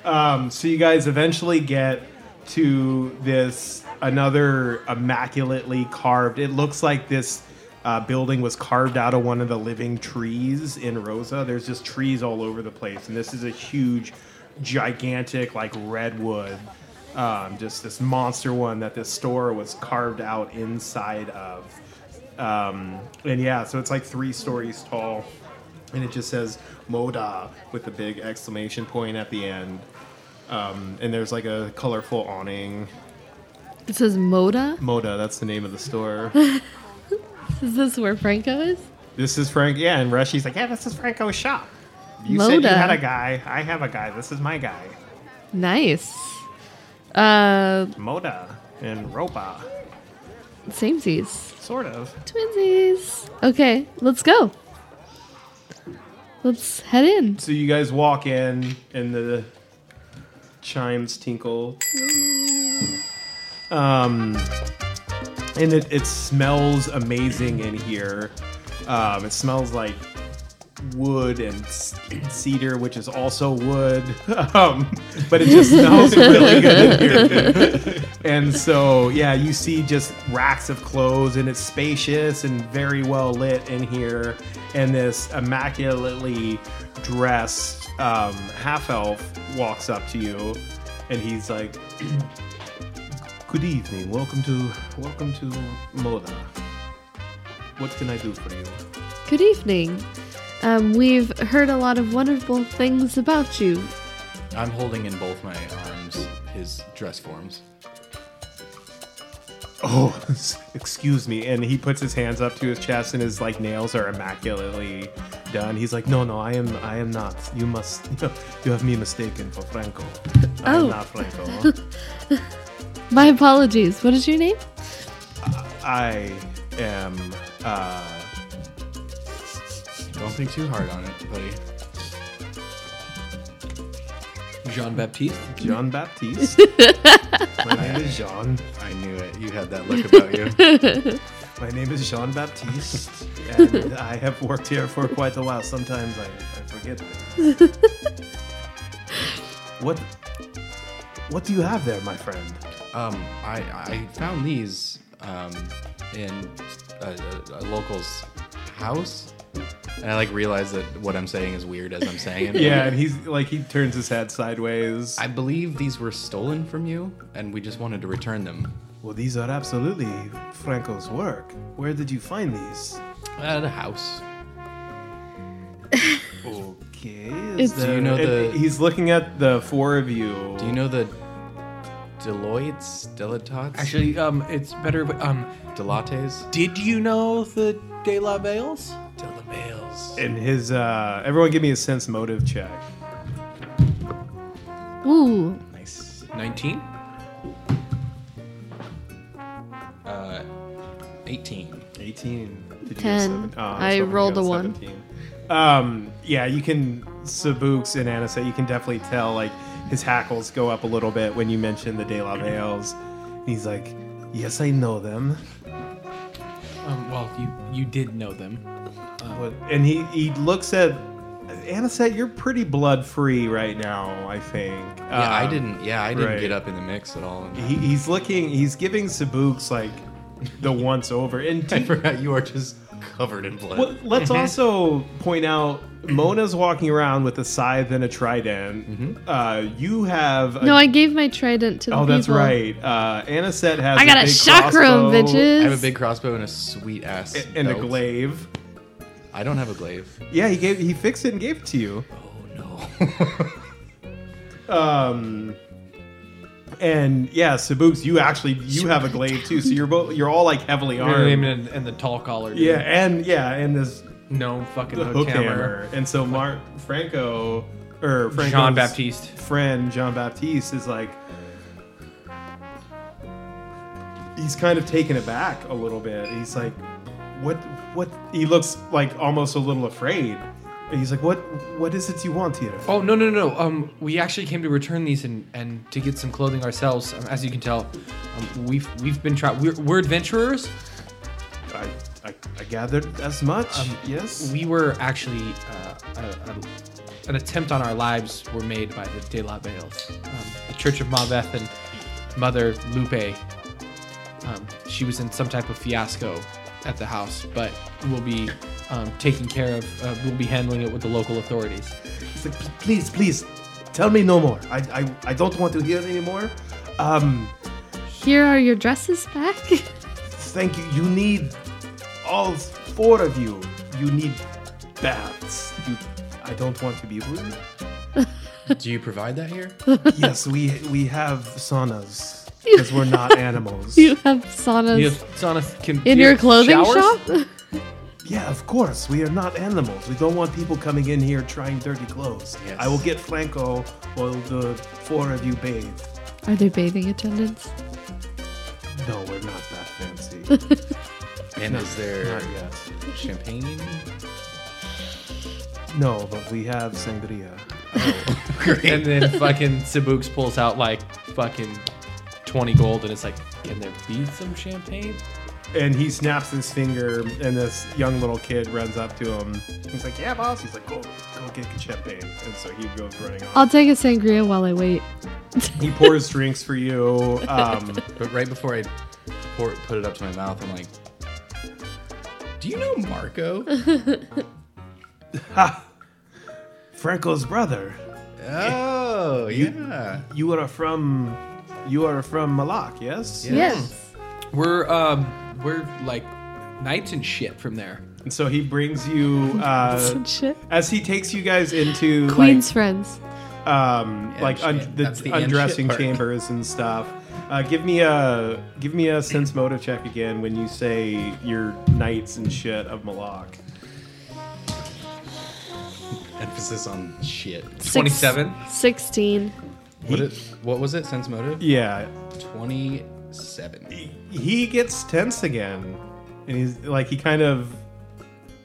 [SPEAKER 4] Um, so you guys eventually get to this another immaculately carved. It looks like this uh, building was carved out of one of the living trees in Rosa. There's just trees all over the place, and this is a huge, gigantic like redwood. Um, just this monster one that this store was carved out inside of. Um, and yeah, so it's like three stories tall, and it just says Moda with a big exclamation point at the end. Um, and there's like a colorful awning.
[SPEAKER 5] It says Moda.
[SPEAKER 4] Moda, that's the name of the store.
[SPEAKER 5] Is this where Franco is?
[SPEAKER 4] this is Frank. Yeah, and Rushy's like, yeah, this is Franco's shop. You said you
[SPEAKER 5] Moda.
[SPEAKER 4] had a guy. I have a guy. This is my guy.
[SPEAKER 5] Nice. Uh,
[SPEAKER 4] Moda and Ropa,
[SPEAKER 5] samesies.
[SPEAKER 4] sort of.
[SPEAKER 5] Twinsies. Okay, let's go. Let's head in.
[SPEAKER 4] So you guys walk in, and the chimes tinkle. Um, and it, it smells amazing in here. Um, it smells like wood and s- cedar, which is also wood. Um, but it just smells really good in here. And so, yeah, you see just racks of clothes, and it's spacious and very well lit in here. And this immaculately dressed um, half elf walks up to you, and he's like, "Good evening. Welcome to welcome to Moda. What can I do for you?"
[SPEAKER 5] Good evening. Um, we've heard a lot of wonderful things about you.
[SPEAKER 6] I'm holding in both my arms his dress forms.
[SPEAKER 4] Oh, excuse me. And he puts his hands up to his chest, and his like nails are immaculately done. He's like, "No, no, I am, I am not. You must, you have me mistaken for Franco. I
[SPEAKER 5] Oh.
[SPEAKER 4] am not Franco.
[SPEAKER 5] My apologies. What is your name?
[SPEAKER 4] I am." Uh,
[SPEAKER 6] Don't think too hard on it, buddy.
[SPEAKER 3] Jean Baptiste.
[SPEAKER 4] Jean Baptiste. My name is Jean.
[SPEAKER 6] I knew it. You had that look about you.
[SPEAKER 4] My name is Jean Baptiste, and I have worked here for quite a while. Sometimes I, I forget. what? What do you have there, my friend?
[SPEAKER 6] Um, I I found these um in a, a, a local's house, and I like realize that what I'm saying is weird as I'm saying it.
[SPEAKER 4] Yeah, and he's like he turns his head sideways.
[SPEAKER 6] I believe these were stolen from you, and we just wanted to return them.
[SPEAKER 4] well, these are absolutely Franco's work. Where did you find these?
[SPEAKER 6] At a house.
[SPEAKER 4] Okay.
[SPEAKER 5] It's- Do
[SPEAKER 6] you know the-
[SPEAKER 4] He's looking at the four of you.
[SPEAKER 6] Do you know the Deloitte's, Dilatots,
[SPEAKER 3] Actually, um, it's better. But, um,
[SPEAKER 6] Delates,
[SPEAKER 3] did you know the De La Bales?
[SPEAKER 6] Delamales?
[SPEAKER 4] And his uh, everyone, give me a sense motive check.
[SPEAKER 5] Ooh,
[SPEAKER 6] Nice.
[SPEAKER 3] Nineteen.
[SPEAKER 8] Uh, 18.
[SPEAKER 4] 18. Did you get
[SPEAKER 5] Ten.
[SPEAKER 4] seven? Oh, was
[SPEAKER 5] I
[SPEAKER 4] hoping you
[SPEAKER 5] rolled
[SPEAKER 4] got
[SPEAKER 5] a one.
[SPEAKER 4] 17. Um, yeah, you can, Sabooks and Anissa, you can definitely tell, like, his hackles go up a little bit when you mention the De La Vales. He's like, yes, I know them.
[SPEAKER 3] Um, well, you you did know them.
[SPEAKER 4] What- And he, he looks at, Anisette, you're pretty blood free right now, I think.
[SPEAKER 6] Yeah, I
[SPEAKER 4] Um,
[SPEAKER 6] didn't. Yeah, I didn't
[SPEAKER 4] right.
[SPEAKER 6] get up in the mix at all.
[SPEAKER 4] He, he's looking, he's giving Sabooks, like, the once over. And
[SPEAKER 6] I forgot Mm-hmm. you are just covered in blood.
[SPEAKER 4] Well, let's also point out Mona's walking around with a scythe and a trident.
[SPEAKER 6] Mm-hmm.
[SPEAKER 4] Uh, you have a,
[SPEAKER 5] no, I gave my trident to the
[SPEAKER 4] oh, that's
[SPEAKER 5] people.
[SPEAKER 4] right. Uh, Anisette has
[SPEAKER 5] I got a
[SPEAKER 4] big
[SPEAKER 5] chakra,
[SPEAKER 4] crossbow
[SPEAKER 5] bitches.
[SPEAKER 6] I have a big crossbow and a sweet ass
[SPEAKER 4] and a
[SPEAKER 6] belt.
[SPEAKER 4] glaive.
[SPEAKER 6] I don't have a glaive.
[SPEAKER 4] Yeah, he gave he fixed it and gave it to you.
[SPEAKER 6] Oh no.
[SPEAKER 4] Oh, Um, and yeah, Sabooks, you actually you have a glaive too, so you're both you're all like heavily armed.
[SPEAKER 3] And, and the tall collar. dude.
[SPEAKER 4] Yeah, and yeah, and this
[SPEAKER 3] No fucking
[SPEAKER 4] the
[SPEAKER 3] hook,
[SPEAKER 4] hook
[SPEAKER 3] hammer.
[SPEAKER 4] hammer. And so Mark Franco or Franco's
[SPEAKER 3] Jean Baptiste.
[SPEAKER 4] friend Jean Baptiste is like he's kind of taken aback a little bit. He's like, "What? What?" He looks like almost a little afraid. And he's like, "What? What is it you want here?"
[SPEAKER 3] Oh no no no! Um, we actually came to return these and, and to get some clothing ourselves. Um, as you can tell, um, we've we've been trying. We're, we're adventurers.
[SPEAKER 4] I, I, I gathered as much. yes.
[SPEAKER 3] We were actually uh, a, a, an attempt on our lives were made by the De La Bales, um, the Church of Mabeth and Mother Lupe. Um, she was in some type of fiasco at the house, but we'll be um, taking care of. Uh, we'll be handling it with the local authorities.
[SPEAKER 4] He's like, "P- please, please, tell me no more. I, I, I don't want to hear anymore. Um,
[SPEAKER 5] Here are your dresses back.
[SPEAKER 4] Thank you. You need all four of you. You need baths. You, I don't want to be rude.
[SPEAKER 6] Do you provide that here?
[SPEAKER 4] yes, we we have saunas because we're not animals.
[SPEAKER 5] you have saunas
[SPEAKER 3] You have sauna- can-
[SPEAKER 5] in
[SPEAKER 3] you
[SPEAKER 5] your
[SPEAKER 3] have
[SPEAKER 5] clothing
[SPEAKER 3] showers?
[SPEAKER 5] shop?
[SPEAKER 4] Yeah, of course, we are not animals. We don't want people coming in here trying dirty clothes.
[SPEAKER 6] Yes.
[SPEAKER 4] I will get Franco while the four of you bathe.
[SPEAKER 5] Are there bathing attendants?
[SPEAKER 4] No, we're not that fancy.
[SPEAKER 6] And is there
[SPEAKER 4] not yet.
[SPEAKER 6] champagne?
[SPEAKER 4] No, but we have sangria.
[SPEAKER 3] And then fucking Cebuks pulls out like fucking 20 gold and it's like, can there be some champagne?
[SPEAKER 4] And he snaps his finger, and this young little kid runs up to him. He's like, "Yeah, boss." He's like, "Go, go get the champagne." And so he goes running off.
[SPEAKER 5] I'll take a sangria while I wait.
[SPEAKER 4] he pours drinks for you. Um,
[SPEAKER 6] But right before I pour, put it up to my mouth, I'm like, "Do you know Marco?"
[SPEAKER 4] Franco's brother.
[SPEAKER 6] oh, yeah.
[SPEAKER 4] You are from, you are from Malak, yes?
[SPEAKER 5] Yes.
[SPEAKER 7] We're um we're like knights and shit from there.
[SPEAKER 4] And so he brings you uh,
[SPEAKER 5] Some shit.
[SPEAKER 4] as he takes you guys into
[SPEAKER 5] Queen's friends.
[SPEAKER 4] like um, like un-
[SPEAKER 6] shit.
[SPEAKER 4] the,
[SPEAKER 6] That's the end
[SPEAKER 4] undressing
[SPEAKER 6] shit part.
[SPEAKER 4] chambers and stuff. Uh, give me a give me a sense motive check again when you say your knights and shit of Malak.
[SPEAKER 6] Emphasis on shit.
[SPEAKER 5] Six-
[SPEAKER 7] 27?
[SPEAKER 5] 16.
[SPEAKER 6] What, it, what was it? Sense motive?
[SPEAKER 4] Yeah,
[SPEAKER 6] Twenty-seven.
[SPEAKER 4] he gets tense again, and he's like he kind of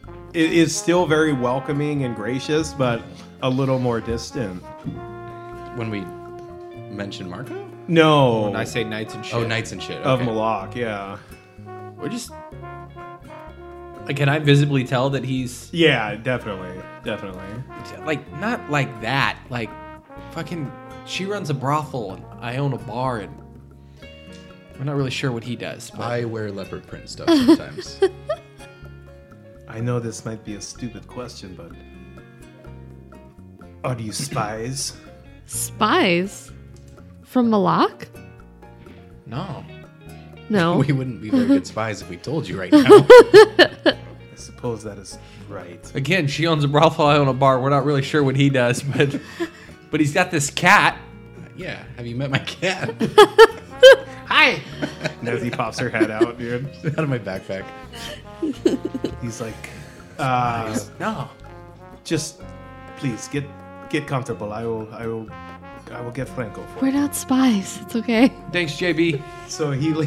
[SPEAKER 4] i- is still very welcoming and gracious, but a little more distant.
[SPEAKER 6] When we mentioned Marco?
[SPEAKER 4] No,
[SPEAKER 7] When I say knights and shit.
[SPEAKER 6] Oh, knights and shit.
[SPEAKER 4] of
[SPEAKER 6] Okay.
[SPEAKER 4] Malak, yeah,
[SPEAKER 7] We're just like can I visibly tell that he's
[SPEAKER 4] yeah, definitely, definitely.
[SPEAKER 7] like not like that. Like fucking she runs a brothel and I own a bar and I'm not really sure what he does, but
[SPEAKER 6] I wear leopard print stuff sometimes.
[SPEAKER 4] I know this might be a stupid question, but are you spies?
[SPEAKER 5] Spies? From Malak?
[SPEAKER 7] no.
[SPEAKER 5] No.
[SPEAKER 6] we wouldn't be very good spies if we told you right now.
[SPEAKER 4] I suppose that is right.
[SPEAKER 7] Again, she owns a brothel, I own a bar. We're not really sure what he does, but but he's got this cat.
[SPEAKER 6] yeah. Have you met my cat?
[SPEAKER 7] Hi.
[SPEAKER 4] And as he pops her head out, dude,
[SPEAKER 6] Out of my backpack.
[SPEAKER 4] he's like, uh,
[SPEAKER 7] No.
[SPEAKER 4] "Just please get get comfortable. I will, I will, I will get Franco for."
[SPEAKER 5] We're not spies. It's okay.
[SPEAKER 7] Thanks, JB.
[SPEAKER 4] you." So he, le-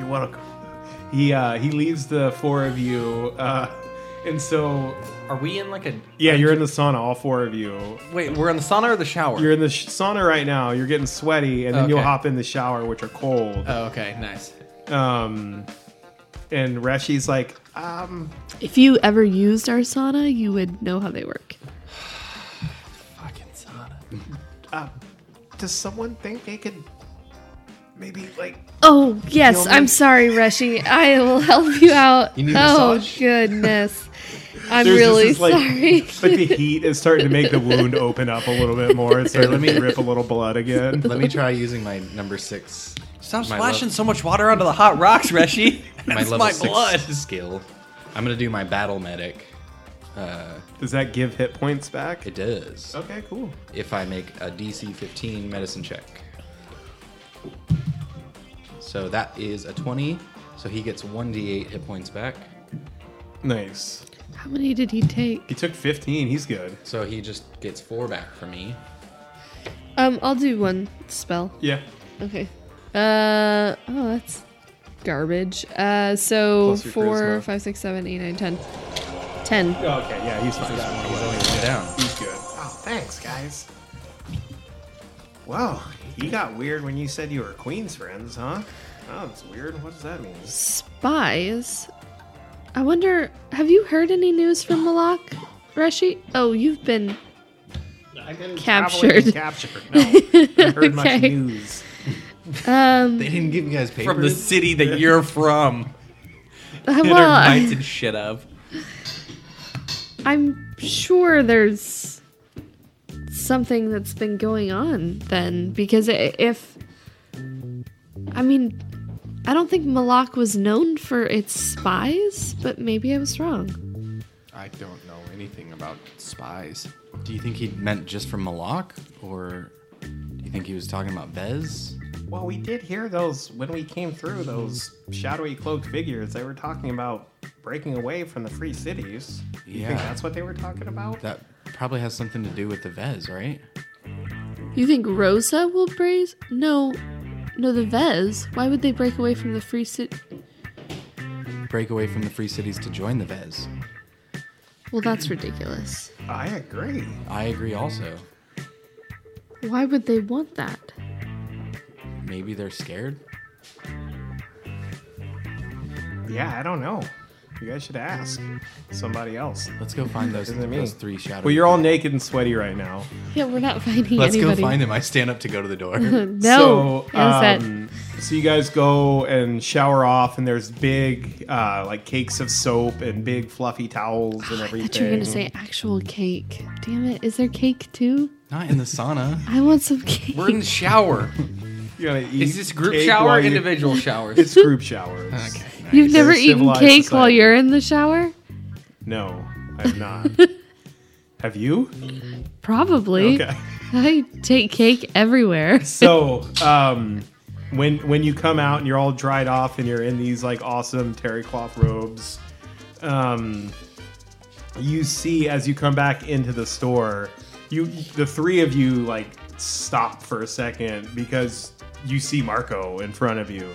[SPEAKER 4] you want to? He uh, he leaves the four of you, uh, and so
[SPEAKER 7] Are we in like a
[SPEAKER 4] yeah, you're in the sauna, all four of you.
[SPEAKER 7] wait? We're in the sauna or the shower?
[SPEAKER 4] You're in the sh- sauna right now. You're getting sweaty, and then you'll
[SPEAKER 7] Okay.
[SPEAKER 4] hop in the shower, which are cold.
[SPEAKER 3] Uh.
[SPEAKER 7] oh, okay, nice.
[SPEAKER 4] Um, and Reshi's like, um,
[SPEAKER 5] If you ever used our sauna, you would know how they work.
[SPEAKER 7] Fucking sauna.
[SPEAKER 4] uh, does someone think they could maybe like?
[SPEAKER 5] Oh, yes. I'm sorry, Reshi. I will help you out.
[SPEAKER 6] need a
[SPEAKER 5] oh,
[SPEAKER 6] massage?
[SPEAKER 5] goodness. I'm
[SPEAKER 4] There's just
[SPEAKER 5] really
[SPEAKER 4] this, like-
[SPEAKER 5] sorry.
[SPEAKER 4] Like the heat is starting to make the wound open up a little bit more. It's starting to drip a little blood again.
[SPEAKER 6] Let me try using my number six.
[SPEAKER 7] Stop
[SPEAKER 6] My
[SPEAKER 7] splashing
[SPEAKER 6] love-
[SPEAKER 7] so much water onto the hot rocks, Reshi.
[SPEAKER 6] my
[SPEAKER 7] That's
[SPEAKER 6] level
[SPEAKER 7] my,
[SPEAKER 6] six
[SPEAKER 7] blood.
[SPEAKER 6] skill. I'm gonna do my battle medic. Uh,
[SPEAKER 4] Does that give hit points back?
[SPEAKER 6] it does.
[SPEAKER 4] Okay, cool.
[SPEAKER 6] If I make a DC 15 medicine check. So that is a 20. So he gets 1d8 hit points back.
[SPEAKER 4] Nice.
[SPEAKER 5] How many did he take?
[SPEAKER 4] He took 15. He's good.
[SPEAKER 6] So he just gets four back from me.
[SPEAKER 5] Um, I'll do one spell.
[SPEAKER 4] Yeah.
[SPEAKER 5] Okay. Uh oh, that's garbage. Uh, so
[SPEAKER 4] Plus your
[SPEAKER 5] four,
[SPEAKER 4] charisma.
[SPEAKER 5] five, six, seven, eight, nine, ten. Ten.
[SPEAKER 4] Oh, Okay. Yeah, he's fine.
[SPEAKER 6] He's only one down.
[SPEAKER 4] He's good. Oh, thanks, guys. Wow, you got weird when you said you were Queen's friends, huh? Oh, that's weird. What does that mean?
[SPEAKER 5] Spies. I wonder. Have you heard any news from Malak, Reshi? Oh, you've been
[SPEAKER 4] I've been
[SPEAKER 5] Captured.
[SPEAKER 4] Captured. No, I heard much
[SPEAKER 5] Okay.
[SPEAKER 4] news.
[SPEAKER 5] um.
[SPEAKER 6] They didn't give you guys papers.
[SPEAKER 7] From the city that you're from. Dinner
[SPEAKER 5] Well,
[SPEAKER 7] nights
[SPEAKER 5] I,
[SPEAKER 7] and shit of.
[SPEAKER 5] I'm sure there's something that's been going on then, because i- if I mean, I don't think Malak was known for its spies, but maybe I was wrong.
[SPEAKER 7] I don't know anything about spies.
[SPEAKER 6] Do you think he meant just from Malak? Or do you think he was talking about Bez?
[SPEAKER 4] Well, we did hear those when we came through those shadowy cloaked figures. They were talking about breaking away from the free cities. You think
[SPEAKER 6] Yeah.
[SPEAKER 4] that's what they were talking about?
[SPEAKER 6] That probably has something to do with the Vez, right?
[SPEAKER 5] You think Rosa will break? No, no, the Vez. Why would they break away from the free city?
[SPEAKER 6] Break away from the free cities to join the Vez.
[SPEAKER 5] Well, that's ridiculous.
[SPEAKER 4] I agree.
[SPEAKER 6] I agree also.
[SPEAKER 5] Why would they want that?
[SPEAKER 6] Maybe they're scared.
[SPEAKER 4] Yeah, I don't know. You guys should ask somebody else.
[SPEAKER 6] Let's go find those,
[SPEAKER 4] Isn't it me?
[SPEAKER 6] those three shadows.
[SPEAKER 4] Well, you're all naked and sweaty right now.
[SPEAKER 5] Yeah, we're not finding
[SPEAKER 6] Let's
[SPEAKER 5] anybody.
[SPEAKER 6] go find them. I stand up to go to the door.
[SPEAKER 5] No,
[SPEAKER 4] So,
[SPEAKER 5] Anisette.
[SPEAKER 4] um, so you guys go and shower off, and there's big uh, like cakes of soap and big fluffy towels and
[SPEAKER 5] Oh, I
[SPEAKER 4] everything.
[SPEAKER 5] thought you were gonna say actual cake. Damn it! Is there cake too?
[SPEAKER 6] Not in the sauna.
[SPEAKER 5] I want some cake.
[SPEAKER 7] We're in the shower.
[SPEAKER 4] You're gonna eat
[SPEAKER 7] Is this group
[SPEAKER 4] cake
[SPEAKER 7] shower or
[SPEAKER 4] while you-
[SPEAKER 7] individual showers?
[SPEAKER 4] It's group showers. okay.
[SPEAKER 5] You've never
[SPEAKER 4] Very
[SPEAKER 5] eaten
[SPEAKER 4] civilized
[SPEAKER 5] cake while
[SPEAKER 4] society.
[SPEAKER 5] you're in the shower?
[SPEAKER 4] No, I've not. Have you?
[SPEAKER 5] Probably.
[SPEAKER 4] Okay.
[SPEAKER 5] I take cake everywhere.
[SPEAKER 4] So, um, when when you come out and you're all dried off and you're in these like awesome terry cloth robes, um, you see as you come back into the store, you the three of you like stop for a second because you see Marco in front of you,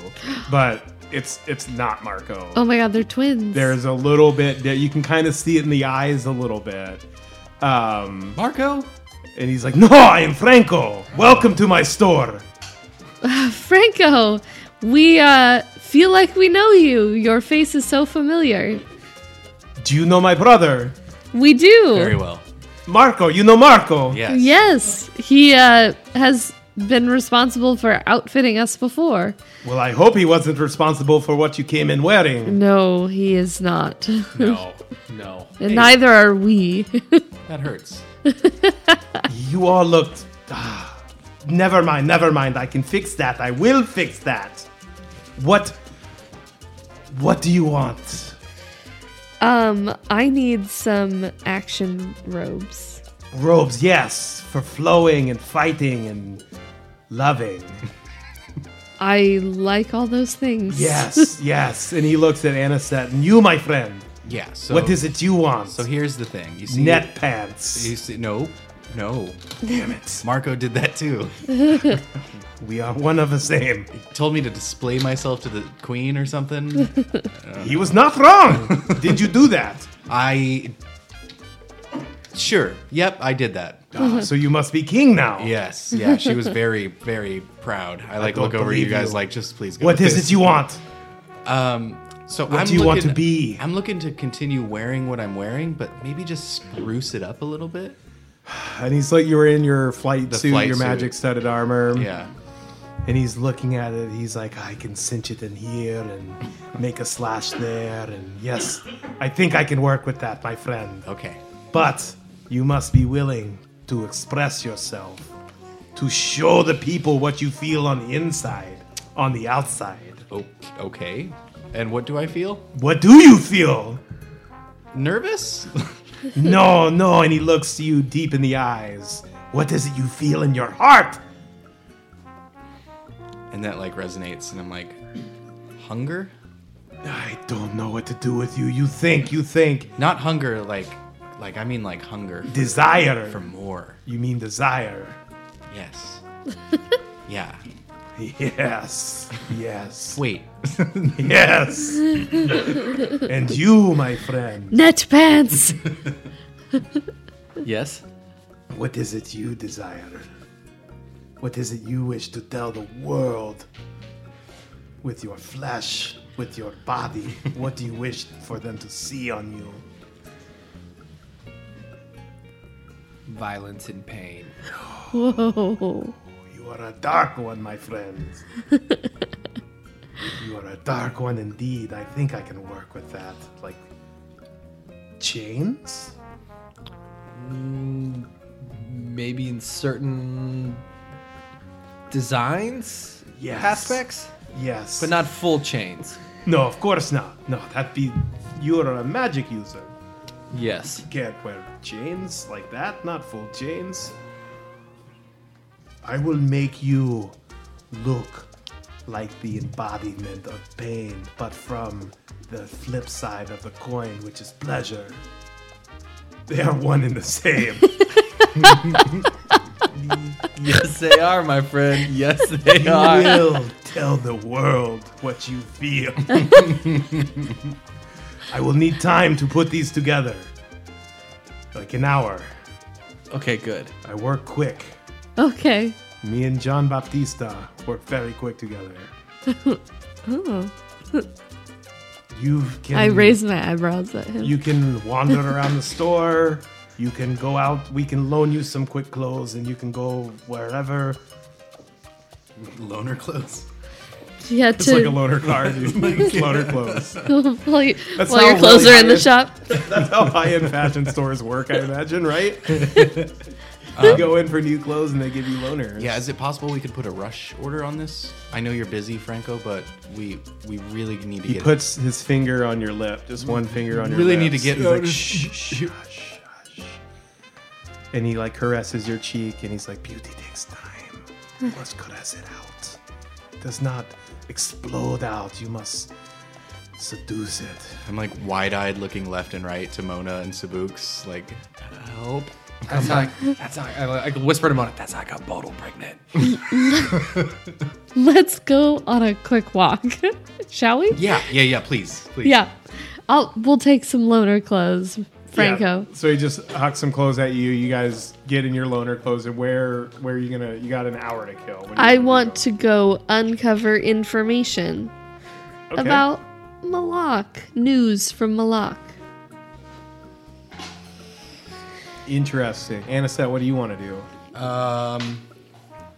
[SPEAKER 4] but it's it's not Marco.
[SPEAKER 5] Oh my god, they're twins.
[SPEAKER 4] There's a little bit that you can kind of see it in the eyes a little bit. Um,
[SPEAKER 7] Marco?
[SPEAKER 4] and he's like, "No, I am Franco. Welcome to my store."
[SPEAKER 5] Franco, we uh, feel like we know you. Your face is so familiar.
[SPEAKER 4] Do you know my brother?
[SPEAKER 5] We do.
[SPEAKER 6] Very well.
[SPEAKER 4] Marco, you know Marco.
[SPEAKER 6] Yes.
[SPEAKER 5] Yes, he uh, has been responsible for outfitting us before.
[SPEAKER 4] Well, I hope he wasn't responsible for what you came in wearing.
[SPEAKER 5] No, he is not.
[SPEAKER 7] No. No.
[SPEAKER 5] and neither are we.
[SPEAKER 6] That hurts.
[SPEAKER 4] You all looked. Ah, never mind, never mind. I can fix that. I will fix that. What? What do you want?
[SPEAKER 5] um, I need some action robes.
[SPEAKER 4] Robes, yes, for flowing and fighting and loving.
[SPEAKER 5] I like all those things.
[SPEAKER 4] Yes, yes. And he looks at Anisette and you, my friend.
[SPEAKER 6] Yeah. So
[SPEAKER 4] what is it you want?
[SPEAKER 6] So here's the thing. You see
[SPEAKER 4] Net pants.
[SPEAKER 6] You see no. No.
[SPEAKER 4] Damn it.
[SPEAKER 6] Marco did that too.
[SPEAKER 4] We are one of the same.
[SPEAKER 6] Told me to display myself to the queen or something.
[SPEAKER 4] He was not wrong. Did you do that?
[SPEAKER 6] I Sure. Yep, I did that.
[SPEAKER 4] Ah, so you must be king now.
[SPEAKER 6] Yes. Yeah, she was very very proud. I like
[SPEAKER 4] don't
[SPEAKER 6] look over you
[SPEAKER 4] believe
[SPEAKER 6] guys
[SPEAKER 4] you.
[SPEAKER 6] like just please go.
[SPEAKER 4] What
[SPEAKER 6] with
[SPEAKER 4] is
[SPEAKER 6] this.
[SPEAKER 4] it you want?
[SPEAKER 6] Um, so
[SPEAKER 4] What
[SPEAKER 6] I'm
[SPEAKER 4] do you want
[SPEAKER 6] looking-
[SPEAKER 4] to be?
[SPEAKER 6] I'm looking to continue wearing what I'm wearing, but maybe just spruce it up a little bit.
[SPEAKER 4] And he's like, you were in your flight
[SPEAKER 6] The
[SPEAKER 4] suit,
[SPEAKER 6] flight
[SPEAKER 4] your
[SPEAKER 6] suit.
[SPEAKER 4] magic studded armor.
[SPEAKER 6] Yeah.
[SPEAKER 4] And he's looking at it. He's like, I can cinch it in here and make a slash there. And yes, I think I can work with that, my friend.
[SPEAKER 6] Okay.
[SPEAKER 4] But you must be willing to express yourself, to show the people what you feel on the inside, on the outside.
[SPEAKER 6] Oh, okay. And what do I feel?
[SPEAKER 4] What do you feel?
[SPEAKER 6] Nervous?
[SPEAKER 4] No, no, and he looks you deep in the eyes. What is it you feel in your heart?
[SPEAKER 6] and that like resonates, and I'm like, hunger?
[SPEAKER 4] I don't know what to do with you. You think, you think.
[SPEAKER 6] Not hunger, like, like I mean like hunger
[SPEAKER 4] Desire.
[SPEAKER 6] for more.
[SPEAKER 4] you mean desire.
[SPEAKER 6] Yes. yeah.
[SPEAKER 4] Yes, yes,
[SPEAKER 6] Wait.
[SPEAKER 4] yes. and you, my friend,
[SPEAKER 5] Net pants.
[SPEAKER 7] Yes.
[SPEAKER 4] what is it you desire? What is it you wish to tell the world? With your flesh, with your body, what do you wish for them to see on you?
[SPEAKER 7] Violence and pain.
[SPEAKER 5] Whoa.
[SPEAKER 4] You are a dark one, my friends. you are a dark one indeed. I think I can work with that. Like chains?
[SPEAKER 7] Maybe in certain designs
[SPEAKER 4] Yes.
[SPEAKER 7] aspects,
[SPEAKER 4] Yes.
[SPEAKER 7] but not full chains.
[SPEAKER 4] No, of course not. No, that'd be you are a magic user.
[SPEAKER 7] Yes.
[SPEAKER 4] Can't wear chains like that, not full chains. I will make you look like the embodiment of pain, but from the flip side of the coin, which is pleasure. They are one and the same.
[SPEAKER 7] Yes, they are, my friend. Yes, they
[SPEAKER 4] you
[SPEAKER 7] are.
[SPEAKER 4] will tell the world what you feel. I will need time to put these together. Like an hour.
[SPEAKER 7] Okay, good.
[SPEAKER 4] I work quick.
[SPEAKER 5] Okay.
[SPEAKER 4] Me and John Baptista work very quick together.
[SPEAKER 5] Oh.
[SPEAKER 4] You've can,
[SPEAKER 5] I raised my eyebrows at him.
[SPEAKER 4] You can wander around the store. You can go out. We can loan you some quick clothes, and you can go wherever.
[SPEAKER 6] Loner clothes.
[SPEAKER 5] yeah,
[SPEAKER 4] It's like a
[SPEAKER 5] to
[SPEAKER 4] loaner card. It's loaner clothes.
[SPEAKER 5] while, you-
[SPEAKER 4] That's
[SPEAKER 5] while
[SPEAKER 4] how
[SPEAKER 5] your clothes
[SPEAKER 4] really
[SPEAKER 5] are in the
[SPEAKER 4] high-end-
[SPEAKER 5] shop.
[SPEAKER 4] That's how high-end fashion stores work, I imagine, right? you go in for new clothes, and they give you loaners.
[SPEAKER 6] Um, Yeah, is it possible we could put a rush order on this? I know you're busy, Franco, but we we really need to
[SPEAKER 4] He
[SPEAKER 6] get
[SPEAKER 4] puts his finger on your lip, just one finger on your
[SPEAKER 6] really
[SPEAKER 4] lips.
[SPEAKER 6] need to get
[SPEAKER 4] He's
[SPEAKER 6] like,
[SPEAKER 4] like,
[SPEAKER 6] shh, shh, shh.
[SPEAKER 4] and he like caresses your cheek and he's like beauty takes time you must caress it out it does not explode out you must seduce it
[SPEAKER 6] I'm like wide-eyed looking left and right to Mona and Sabuks, like help.
[SPEAKER 7] That's how I, that's how I, I, I whispered to Mona, that's how I got bottle pregnant.
[SPEAKER 5] Let's go on a quick walk, shall we?
[SPEAKER 6] Yeah, yeah, yeah, please. Please.
[SPEAKER 5] Yeah, I'll we'll take some loaner clothes, Franco.
[SPEAKER 4] Yeah. so he just hucks some clothes at you you guys get in your loner clothes and where where are you gonna you got an hour to kill What do you
[SPEAKER 5] I
[SPEAKER 4] wanna
[SPEAKER 5] want
[SPEAKER 4] do?
[SPEAKER 5] to go uncover information
[SPEAKER 4] Okay.
[SPEAKER 5] about Malak news from Malak.
[SPEAKER 4] interesting Anisette, what do you want to do
[SPEAKER 6] Um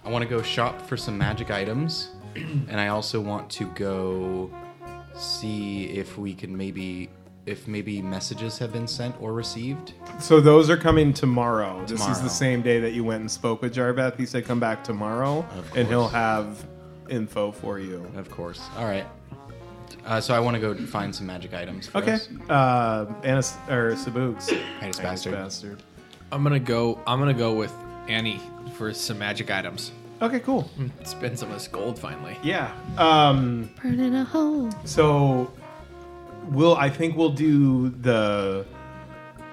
[SPEAKER 6] I want to go shop for some magic items and I also want to go see if we can maybe if maybe messages have been sent or received.
[SPEAKER 4] so those are coming tomorrow this is
[SPEAKER 6] Tomorrow.
[SPEAKER 4] the same day that you went and spoke with jarbeth he said come back tomorrow and he'll have info for you
[SPEAKER 6] Of course. All right. Uh, so I want to go find some magic items. For
[SPEAKER 4] Okay.
[SPEAKER 6] us.
[SPEAKER 4] Uh, Anis or Sabuks.
[SPEAKER 6] Heinous
[SPEAKER 4] Heinous
[SPEAKER 6] bastard.
[SPEAKER 4] bastard.
[SPEAKER 7] I'm gonna go I'm gonna go with Annie for some magic items.
[SPEAKER 4] Okay, cool.
[SPEAKER 7] Spend some of this gold finally.
[SPEAKER 4] Yeah. Um,
[SPEAKER 5] Burning a hole.
[SPEAKER 4] so we'll I think we'll do the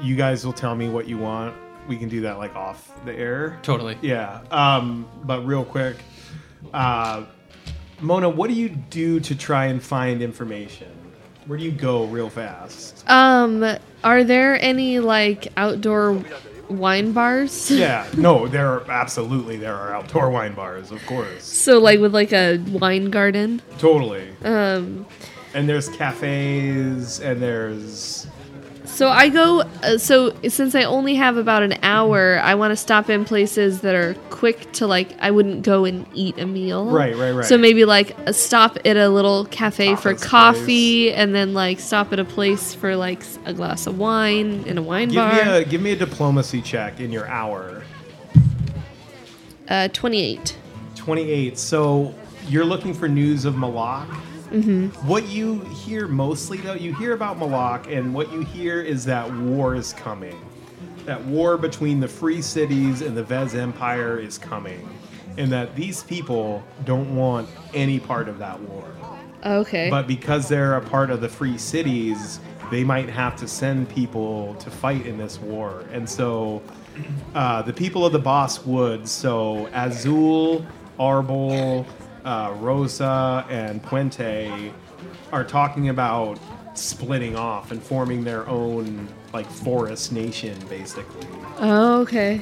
[SPEAKER 4] you guys will tell me what you want. We can do that like off the air.
[SPEAKER 7] Totally.
[SPEAKER 4] Yeah. Um, but real quick. Uh, Mona, what do you do to try and find information? Where do you go real fast?
[SPEAKER 5] Um, are there any like outdoor wine bars?
[SPEAKER 4] Yeah, no, there are absolutely there are outdoor wine bars, of course.
[SPEAKER 5] So like with like a wine garden.
[SPEAKER 4] Totally.
[SPEAKER 5] Um,
[SPEAKER 4] And there's cafes, and there's
[SPEAKER 5] so I go. Uh, so since I only have about an hour, I want to stop in places that are quick to like. I wouldn't go and eat a meal.
[SPEAKER 4] Right, right, right.
[SPEAKER 5] So maybe like a stop at a little cafe for
[SPEAKER 4] Tapas
[SPEAKER 5] coffee, and then like stop at a place for like s- a glass of wine in a wine
[SPEAKER 4] give me
[SPEAKER 5] bar.
[SPEAKER 4] a give me a diplomacy check in your hour.
[SPEAKER 5] uh, Twenty-eight.
[SPEAKER 4] Twenty eight. So you're looking for news of Malak. What you hear mostly though, you hear about Malak, and what you hear is that war is coming. That war between the free cities and the Vez Empire is coming, and that these people don't want any part of that war.
[SPEAKER 5] Okay.
[SPEAKER 4] But because they're a part of the free cities, they might have to send people to fight in this war. And so uh, the people of the Boss Woods, so Azul, Arbol, uh, Rosa, and Puente, are talking about splitting off and forming their own like forest nation basically
[SPEAKER 5] oh, okay.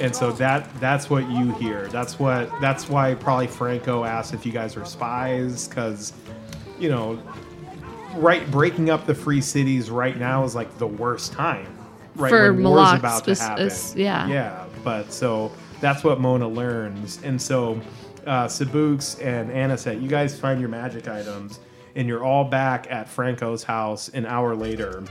[SPEAKER 4] and so that that's what you hear. That's what that's why probably Franco asked if you guys were spies because, you know, right breaking up the free cities right now is like the worst time. Right
[SPEAKER 5] For
[SPEAKER 4] when war's
[SPEAKER 5] Malak
[SPEAKER 4] about to
[SPEAKER 5] spec-
[SPEAKER 4] happen.
[SPEAKER 5] is- yeah.
[SPEAKER 4] Yeah, but so that's what Mona learns, and so uh, Sabuks and Anisette, you guys find your magic items, and you're all back at Franco's house an hour later.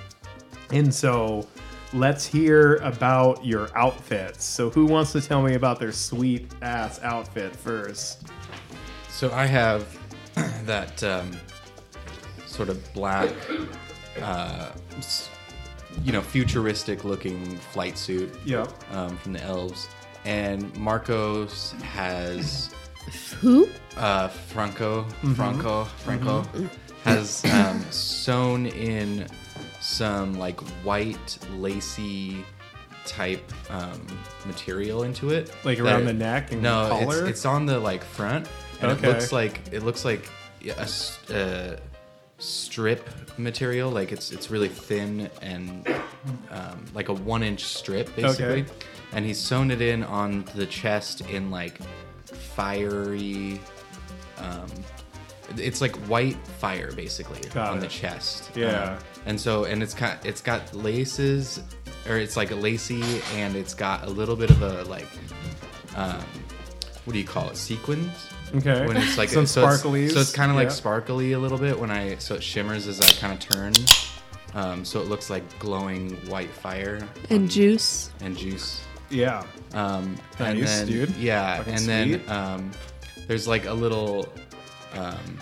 [SPEAKER 4] And so let's hear about your outfits. So who wants to tell me about their sweet ass outfit first?
[SPEAKER 6] So I have that um, sort of black, uh, s- you know, futuristic looking flight suit
[SPEAKER 4] Yep.
[SPEAKER 6] um, from the elves. And Marcos has
[SPEAKER 5] Who?
[SPEAKER 6] uh, Franco,
[SPEAKER 4] Mm-hmm.
[SPEAKER 6] Franco, Franco has um, sewn in some like white lacy type um, material into it,
[SPEAKER 4] Like
[SPEAKER 6] that
[SPEAKER 4] around
[SPEAKER 6] it-
[SPEAKER 4] the neck and
[SPEAKER 6] no,
[SPEAKER 4] collar?
[SPEAKER 6] It's, it's on the like front, and
[SPEAKER 4] Okay.
[SPEAKER 6] it looks like it looks like a, s- uh strip material. Like it's it's really thin and um, like a one inch strip basically, and he's sewn it in on the chest in like fiery It's like white fire basically
[SPEAKER 4] Got
[SPEAKER 6] on
[SPEAKER 4] it.
[SPEAKER 6] the chest.
[SPEAKER 4] Yeah.
[SPEAKER 6] Um, and so and it's kind it's got laces or it's like lacy and it's got a little bit of a like um what do you call it? Sequins?
[SPEAKER 4] Okay.
[SPEAKER 6] When it's like
[SPEAKER 4] Some
[SPEAKER 6] so it's-
[SPEAKER 4] sparklies.
[SPEAKER 6] So it's kind of like
[SPEAKER 4] Yeah.
[SPEAKER 6] sparkly a little bit when I so it shimmers as I kind of turn. Um, so it looks like glowing white fire
[SPEAKER 5] And juice.
[SPEAKER 6] and juice.
[SPEAKER 4] Yeah.
[SPEAKER 6] Um, and
[SPEAKER 4] Nice,
[SPEAKER 6] then,
[SPEAKER 4] dude.
[SPEAKER 6] Yeah,
[SPEAKER 4] Fucking
[SPEAKER 6] and
[SPEAKER 4] sweet.
[SPEAKER 6] then um, there's like a little, um,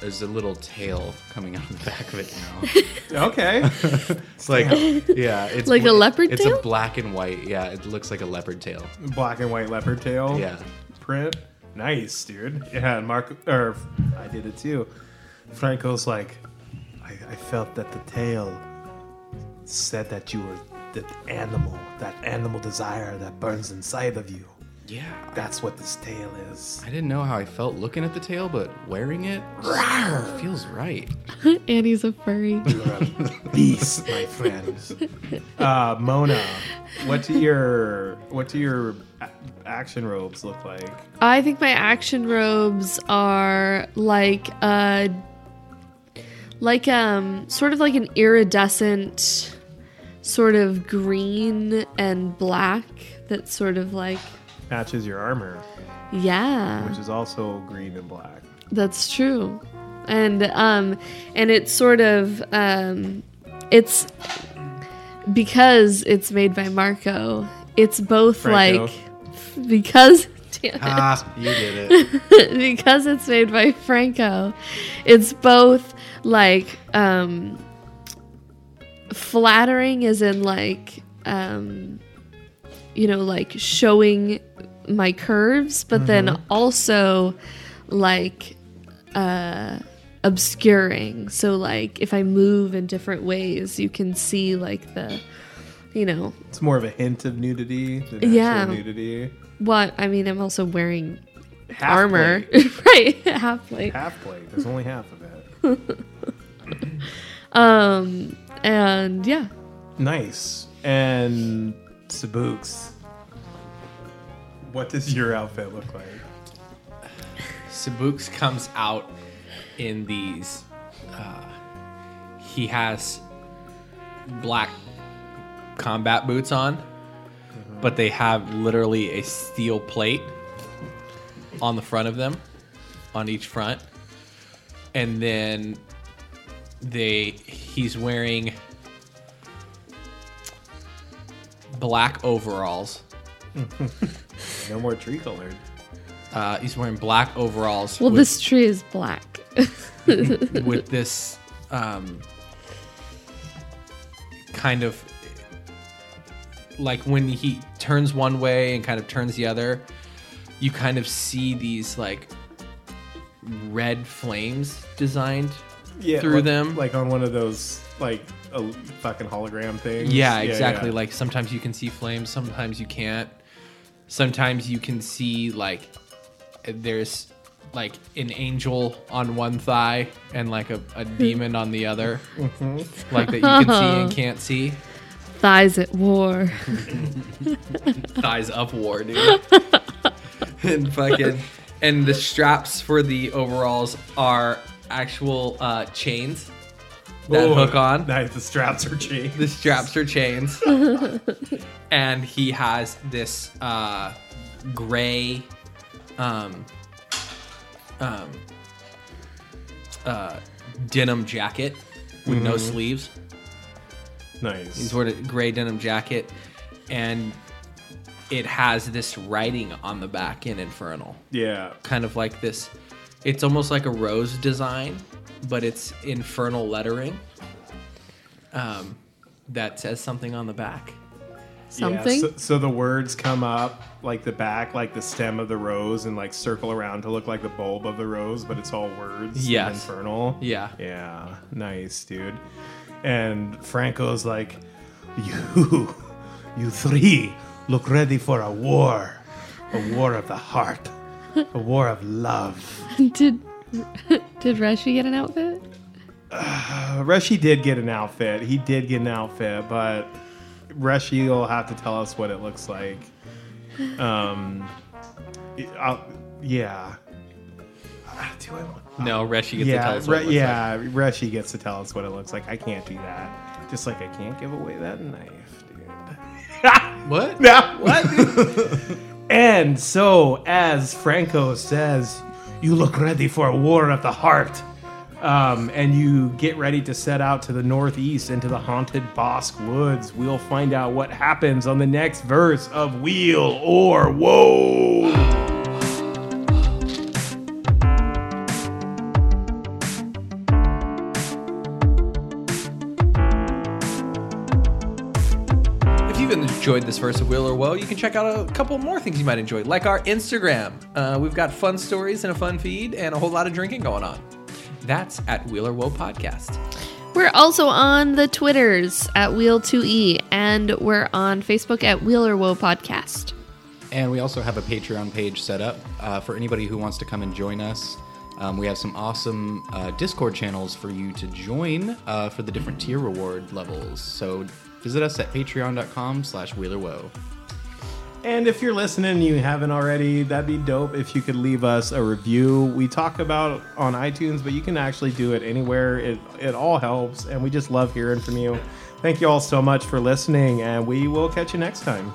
[SPEAKER 6] there's a little tail coming out of the back of it now.
[SPEAKER 4] Okay.
[SPEAKER 6] It's like, yeah, it's
[SPEAKER 5] Like a leopard
[SPEAKER 6] It's
[SPEAKER 5] tail?
[SPEAKER 6] a black and white. Yeah, it looks like a leopard tail.
[SPEAKER 4] Black and white leopard tail.
[SPEAKER 6] Yeah.
[SPEAKER 4] Print. Nice, dude. Yeah, and Mark or I did it too. Franco's like, I, I felt that the tail said that you were the animal, that animal desire that burns inside of you.
[SPEAKER 6] Yeah.
[SPEAKER 4] That's what this tail is.
[SPEAKER 6] I didn't know how I felt looking at the tail, but wearing it feels right.
[SPEAKER 5] Annie's a furry.
[SPEAKER 4] Beast, my friends. Uh, Mona, what do your what do your a- action robes look like?
[SPEAKER 5] I think my action robes are like a like um sort of like an iridescent sort of green and black that's sort of like
[SPEAKER 4] Matches your armor,
[SPEAKER 5] yeah
[SPEAKER 4] which is also green and black.
[SPEAKER 5] that's true and um and it's sort of um it's because it's made by Marco it's both
[SPEAKER 4] Franco.
[SPEAKER 5] like because damn it.
[SPEAKER 6] Ah, you did it.
[SPEAKER 5] because it's made by Franco, it's both like um, flattering, as in like um, you know, like showing my curves, but
[SPEAKER 4] Mm-hmm.
[SPEAKER 5] then also like uh, obscuring. So like if I move in different ways, you can see like the you know
[SPEAKER 4] It's more of a hint of nudity than actual
[SPEAKER 5] Yeah.
[SPEAKER 4] nudity.
[SPEAKER 5] what I mean. I'm also wearing
[SPEAKER 4] Half
[SPEAKER 5] armor,
[SPEAKER 4] plate.
[SPEAKER 5] right? Half plate.
[SPEAKER 4] Half plate. There's only half of it.
[SPEAKER 5] Um, and yeah,
[SPEAKER 4] Nice. And Sabooks. What does your outfit look like?
[SPEAKER 3] Sabuks comes out in these. Uh, he has black combat boots on, but they have literally a steel plate on the front of them, on each front, and then they he's wearing black overalls.
[SPEAKER 4] No more tree colored.
[SPEAKER 3] Uh, he's wearing black overalls.
[SPEAKER 5] well,
[SPEAKER 3] with-
[SPEAKER 5] this tree is black.
[SPEAKER 3] with this um, kind of like when he turns one way and kind of turns the other, you kind of see these like red flames designed
[SPEAKER 4] Yeah.
[SPEAKER 3] through
[SPEAKER 4] like-
[SPEAKER 3] them.
[SPEAKER 4] Like on one of those, like, a fucking hologram things.
[SPEAKER 3] Yeah, exactly.
[SPEAKER 4] yeah.
[SPEAKER 3] Like sometimes you can see flames, sometimes you can't. Sometimes you can see like there's like an angel on one thigh and like a, a demon on the other, like that you can see and can't see.
[SPEAKER 5] Thighs at war.
[SPEAKER 3] Thighs up war, dude. and fucking and the straps for the overalls are actual uh, chains that
[SPEAKER 4] Ooh,
[SPEAKER 3] hook on.
[SPEAKER 4] Oh, Nice. The straps are cheap.
[SPEAKER 3] the straps are chains and he has this uh gray um um uh denim jacket with no sleeves
[SPEAKER 4] Nice.
[SPEAKER 3] he's wearing a gray denim jacket and it has this writing on the back in infernal
[SPEAKER 4] Yeah.
[SPEAKER 3] kind of like this it's almost like a rose design but it's infernal lettering um, that says something on the back
[SPEAKER 5] Something.
[SPEAKER 4] Yeah, so, so the words come up like the back, like the stem of the rose, and like circle around to look like the bulb of the rose, but it's all words. and
[SPEAKER 3] Yes.
[SPEAKER 4] Infernal.
[SPEAKER 3] yeah
[SPEAKER 4] Yeah. Nice, dude. And Franco's like, you, you three, look ready for a war, a war of the heart, a war of love.
[SPEAKER 5] did did Reshi get an outfit?
[SPEAKER 4] Uh, Reshi did get an outfit. He did get an outfit, but Reshi will have to tell us what it looks like. Um, i I'll- yeah. Ah, Do I want?
[SPEAKER 3] No, Reshi gets to tell
[SPEAKER 4] yeah,
[SPEAKER 3] us what it
[SPEAKER 4] Re-
[SPEAKER 3] looks
[SPEAKER 4] yeah. Reshi gets to tell us what it looks like. I can't do that. Just like I can't give away that knife, dude.
[SPEAKER 3] What?
[SPEAKER 4] no, what? and so, as Franco says, you look ready for a war of the heart. Um, and you get ready to set out to the northeast into the haunted Bosque Woods. We'll find out what happens on the next verse of Wheel or Woe.
[SPEAKER 3] If you've enjoyed this verse of Will or Woe, you can check out a couple more things you might enjoy, like our Instagram. Uh, we've got fun stories and a fun feed and a whole lot of drinking going on. That's at Wheel or Woe Podcast.
[SPEAKER 5] We're also on the Twitters at Wheel2E, and we're on Facebook at Wheel or Woe Podcast.
[SPEAKER 6] And we also have a Patreon page set up uh, for anybody who wants to come and join us. Um, we have some awesome uh, Discord channels for you to join uh, for the different tier reward levels. So visit us at patreon.com slash wheelerwoe.
[SPEAKER 4] And if you're listening and you haven't already, that'd be dope if you could leave us a review. We talk about on iTunes, but you can actually do it anywhere. It, it all helps, and we just love hearing from you. Thank you all so much for listening, and we will catch you next time.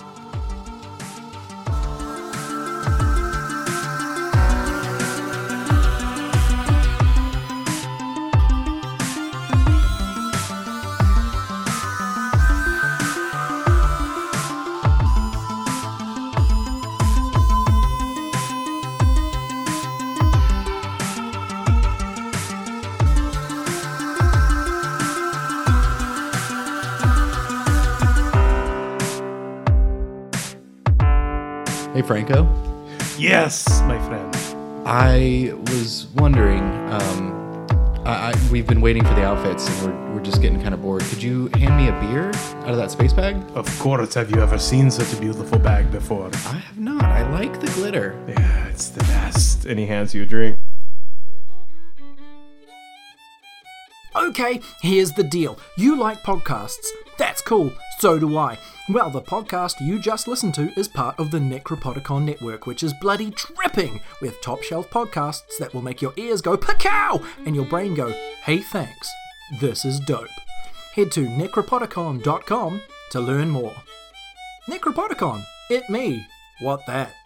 [SPEAKER 6] Hey, Franco.
[SPEAKER 4] Yes, my friend.
[SPEAKER 6] I was wondering. Um, I, I, we've been waiting for the outfits, and we're, we're just getting kind of bored. Could you hand me a beer out of that space bag?
[SPEAKER 4] Of course, have you ever seen such a beautiful bag before?
[SPEAKER 6] I have not. I like the glitter.
[SPEAKER 4] Yeah, it's the best. And he hands you a drink.
[SPEAKER 9] Okay, here's the deal. You like podcasts. That's cool. So do I. Well, the podcast you just listened to is part of the Necropodicon Network, which is bloody dripping with top shelf podcasts that will make your ears go pacow and your brain go, hey, thanks. This is dope. Head to necropodicon.com to learn more. Necropodicon, it me. What that?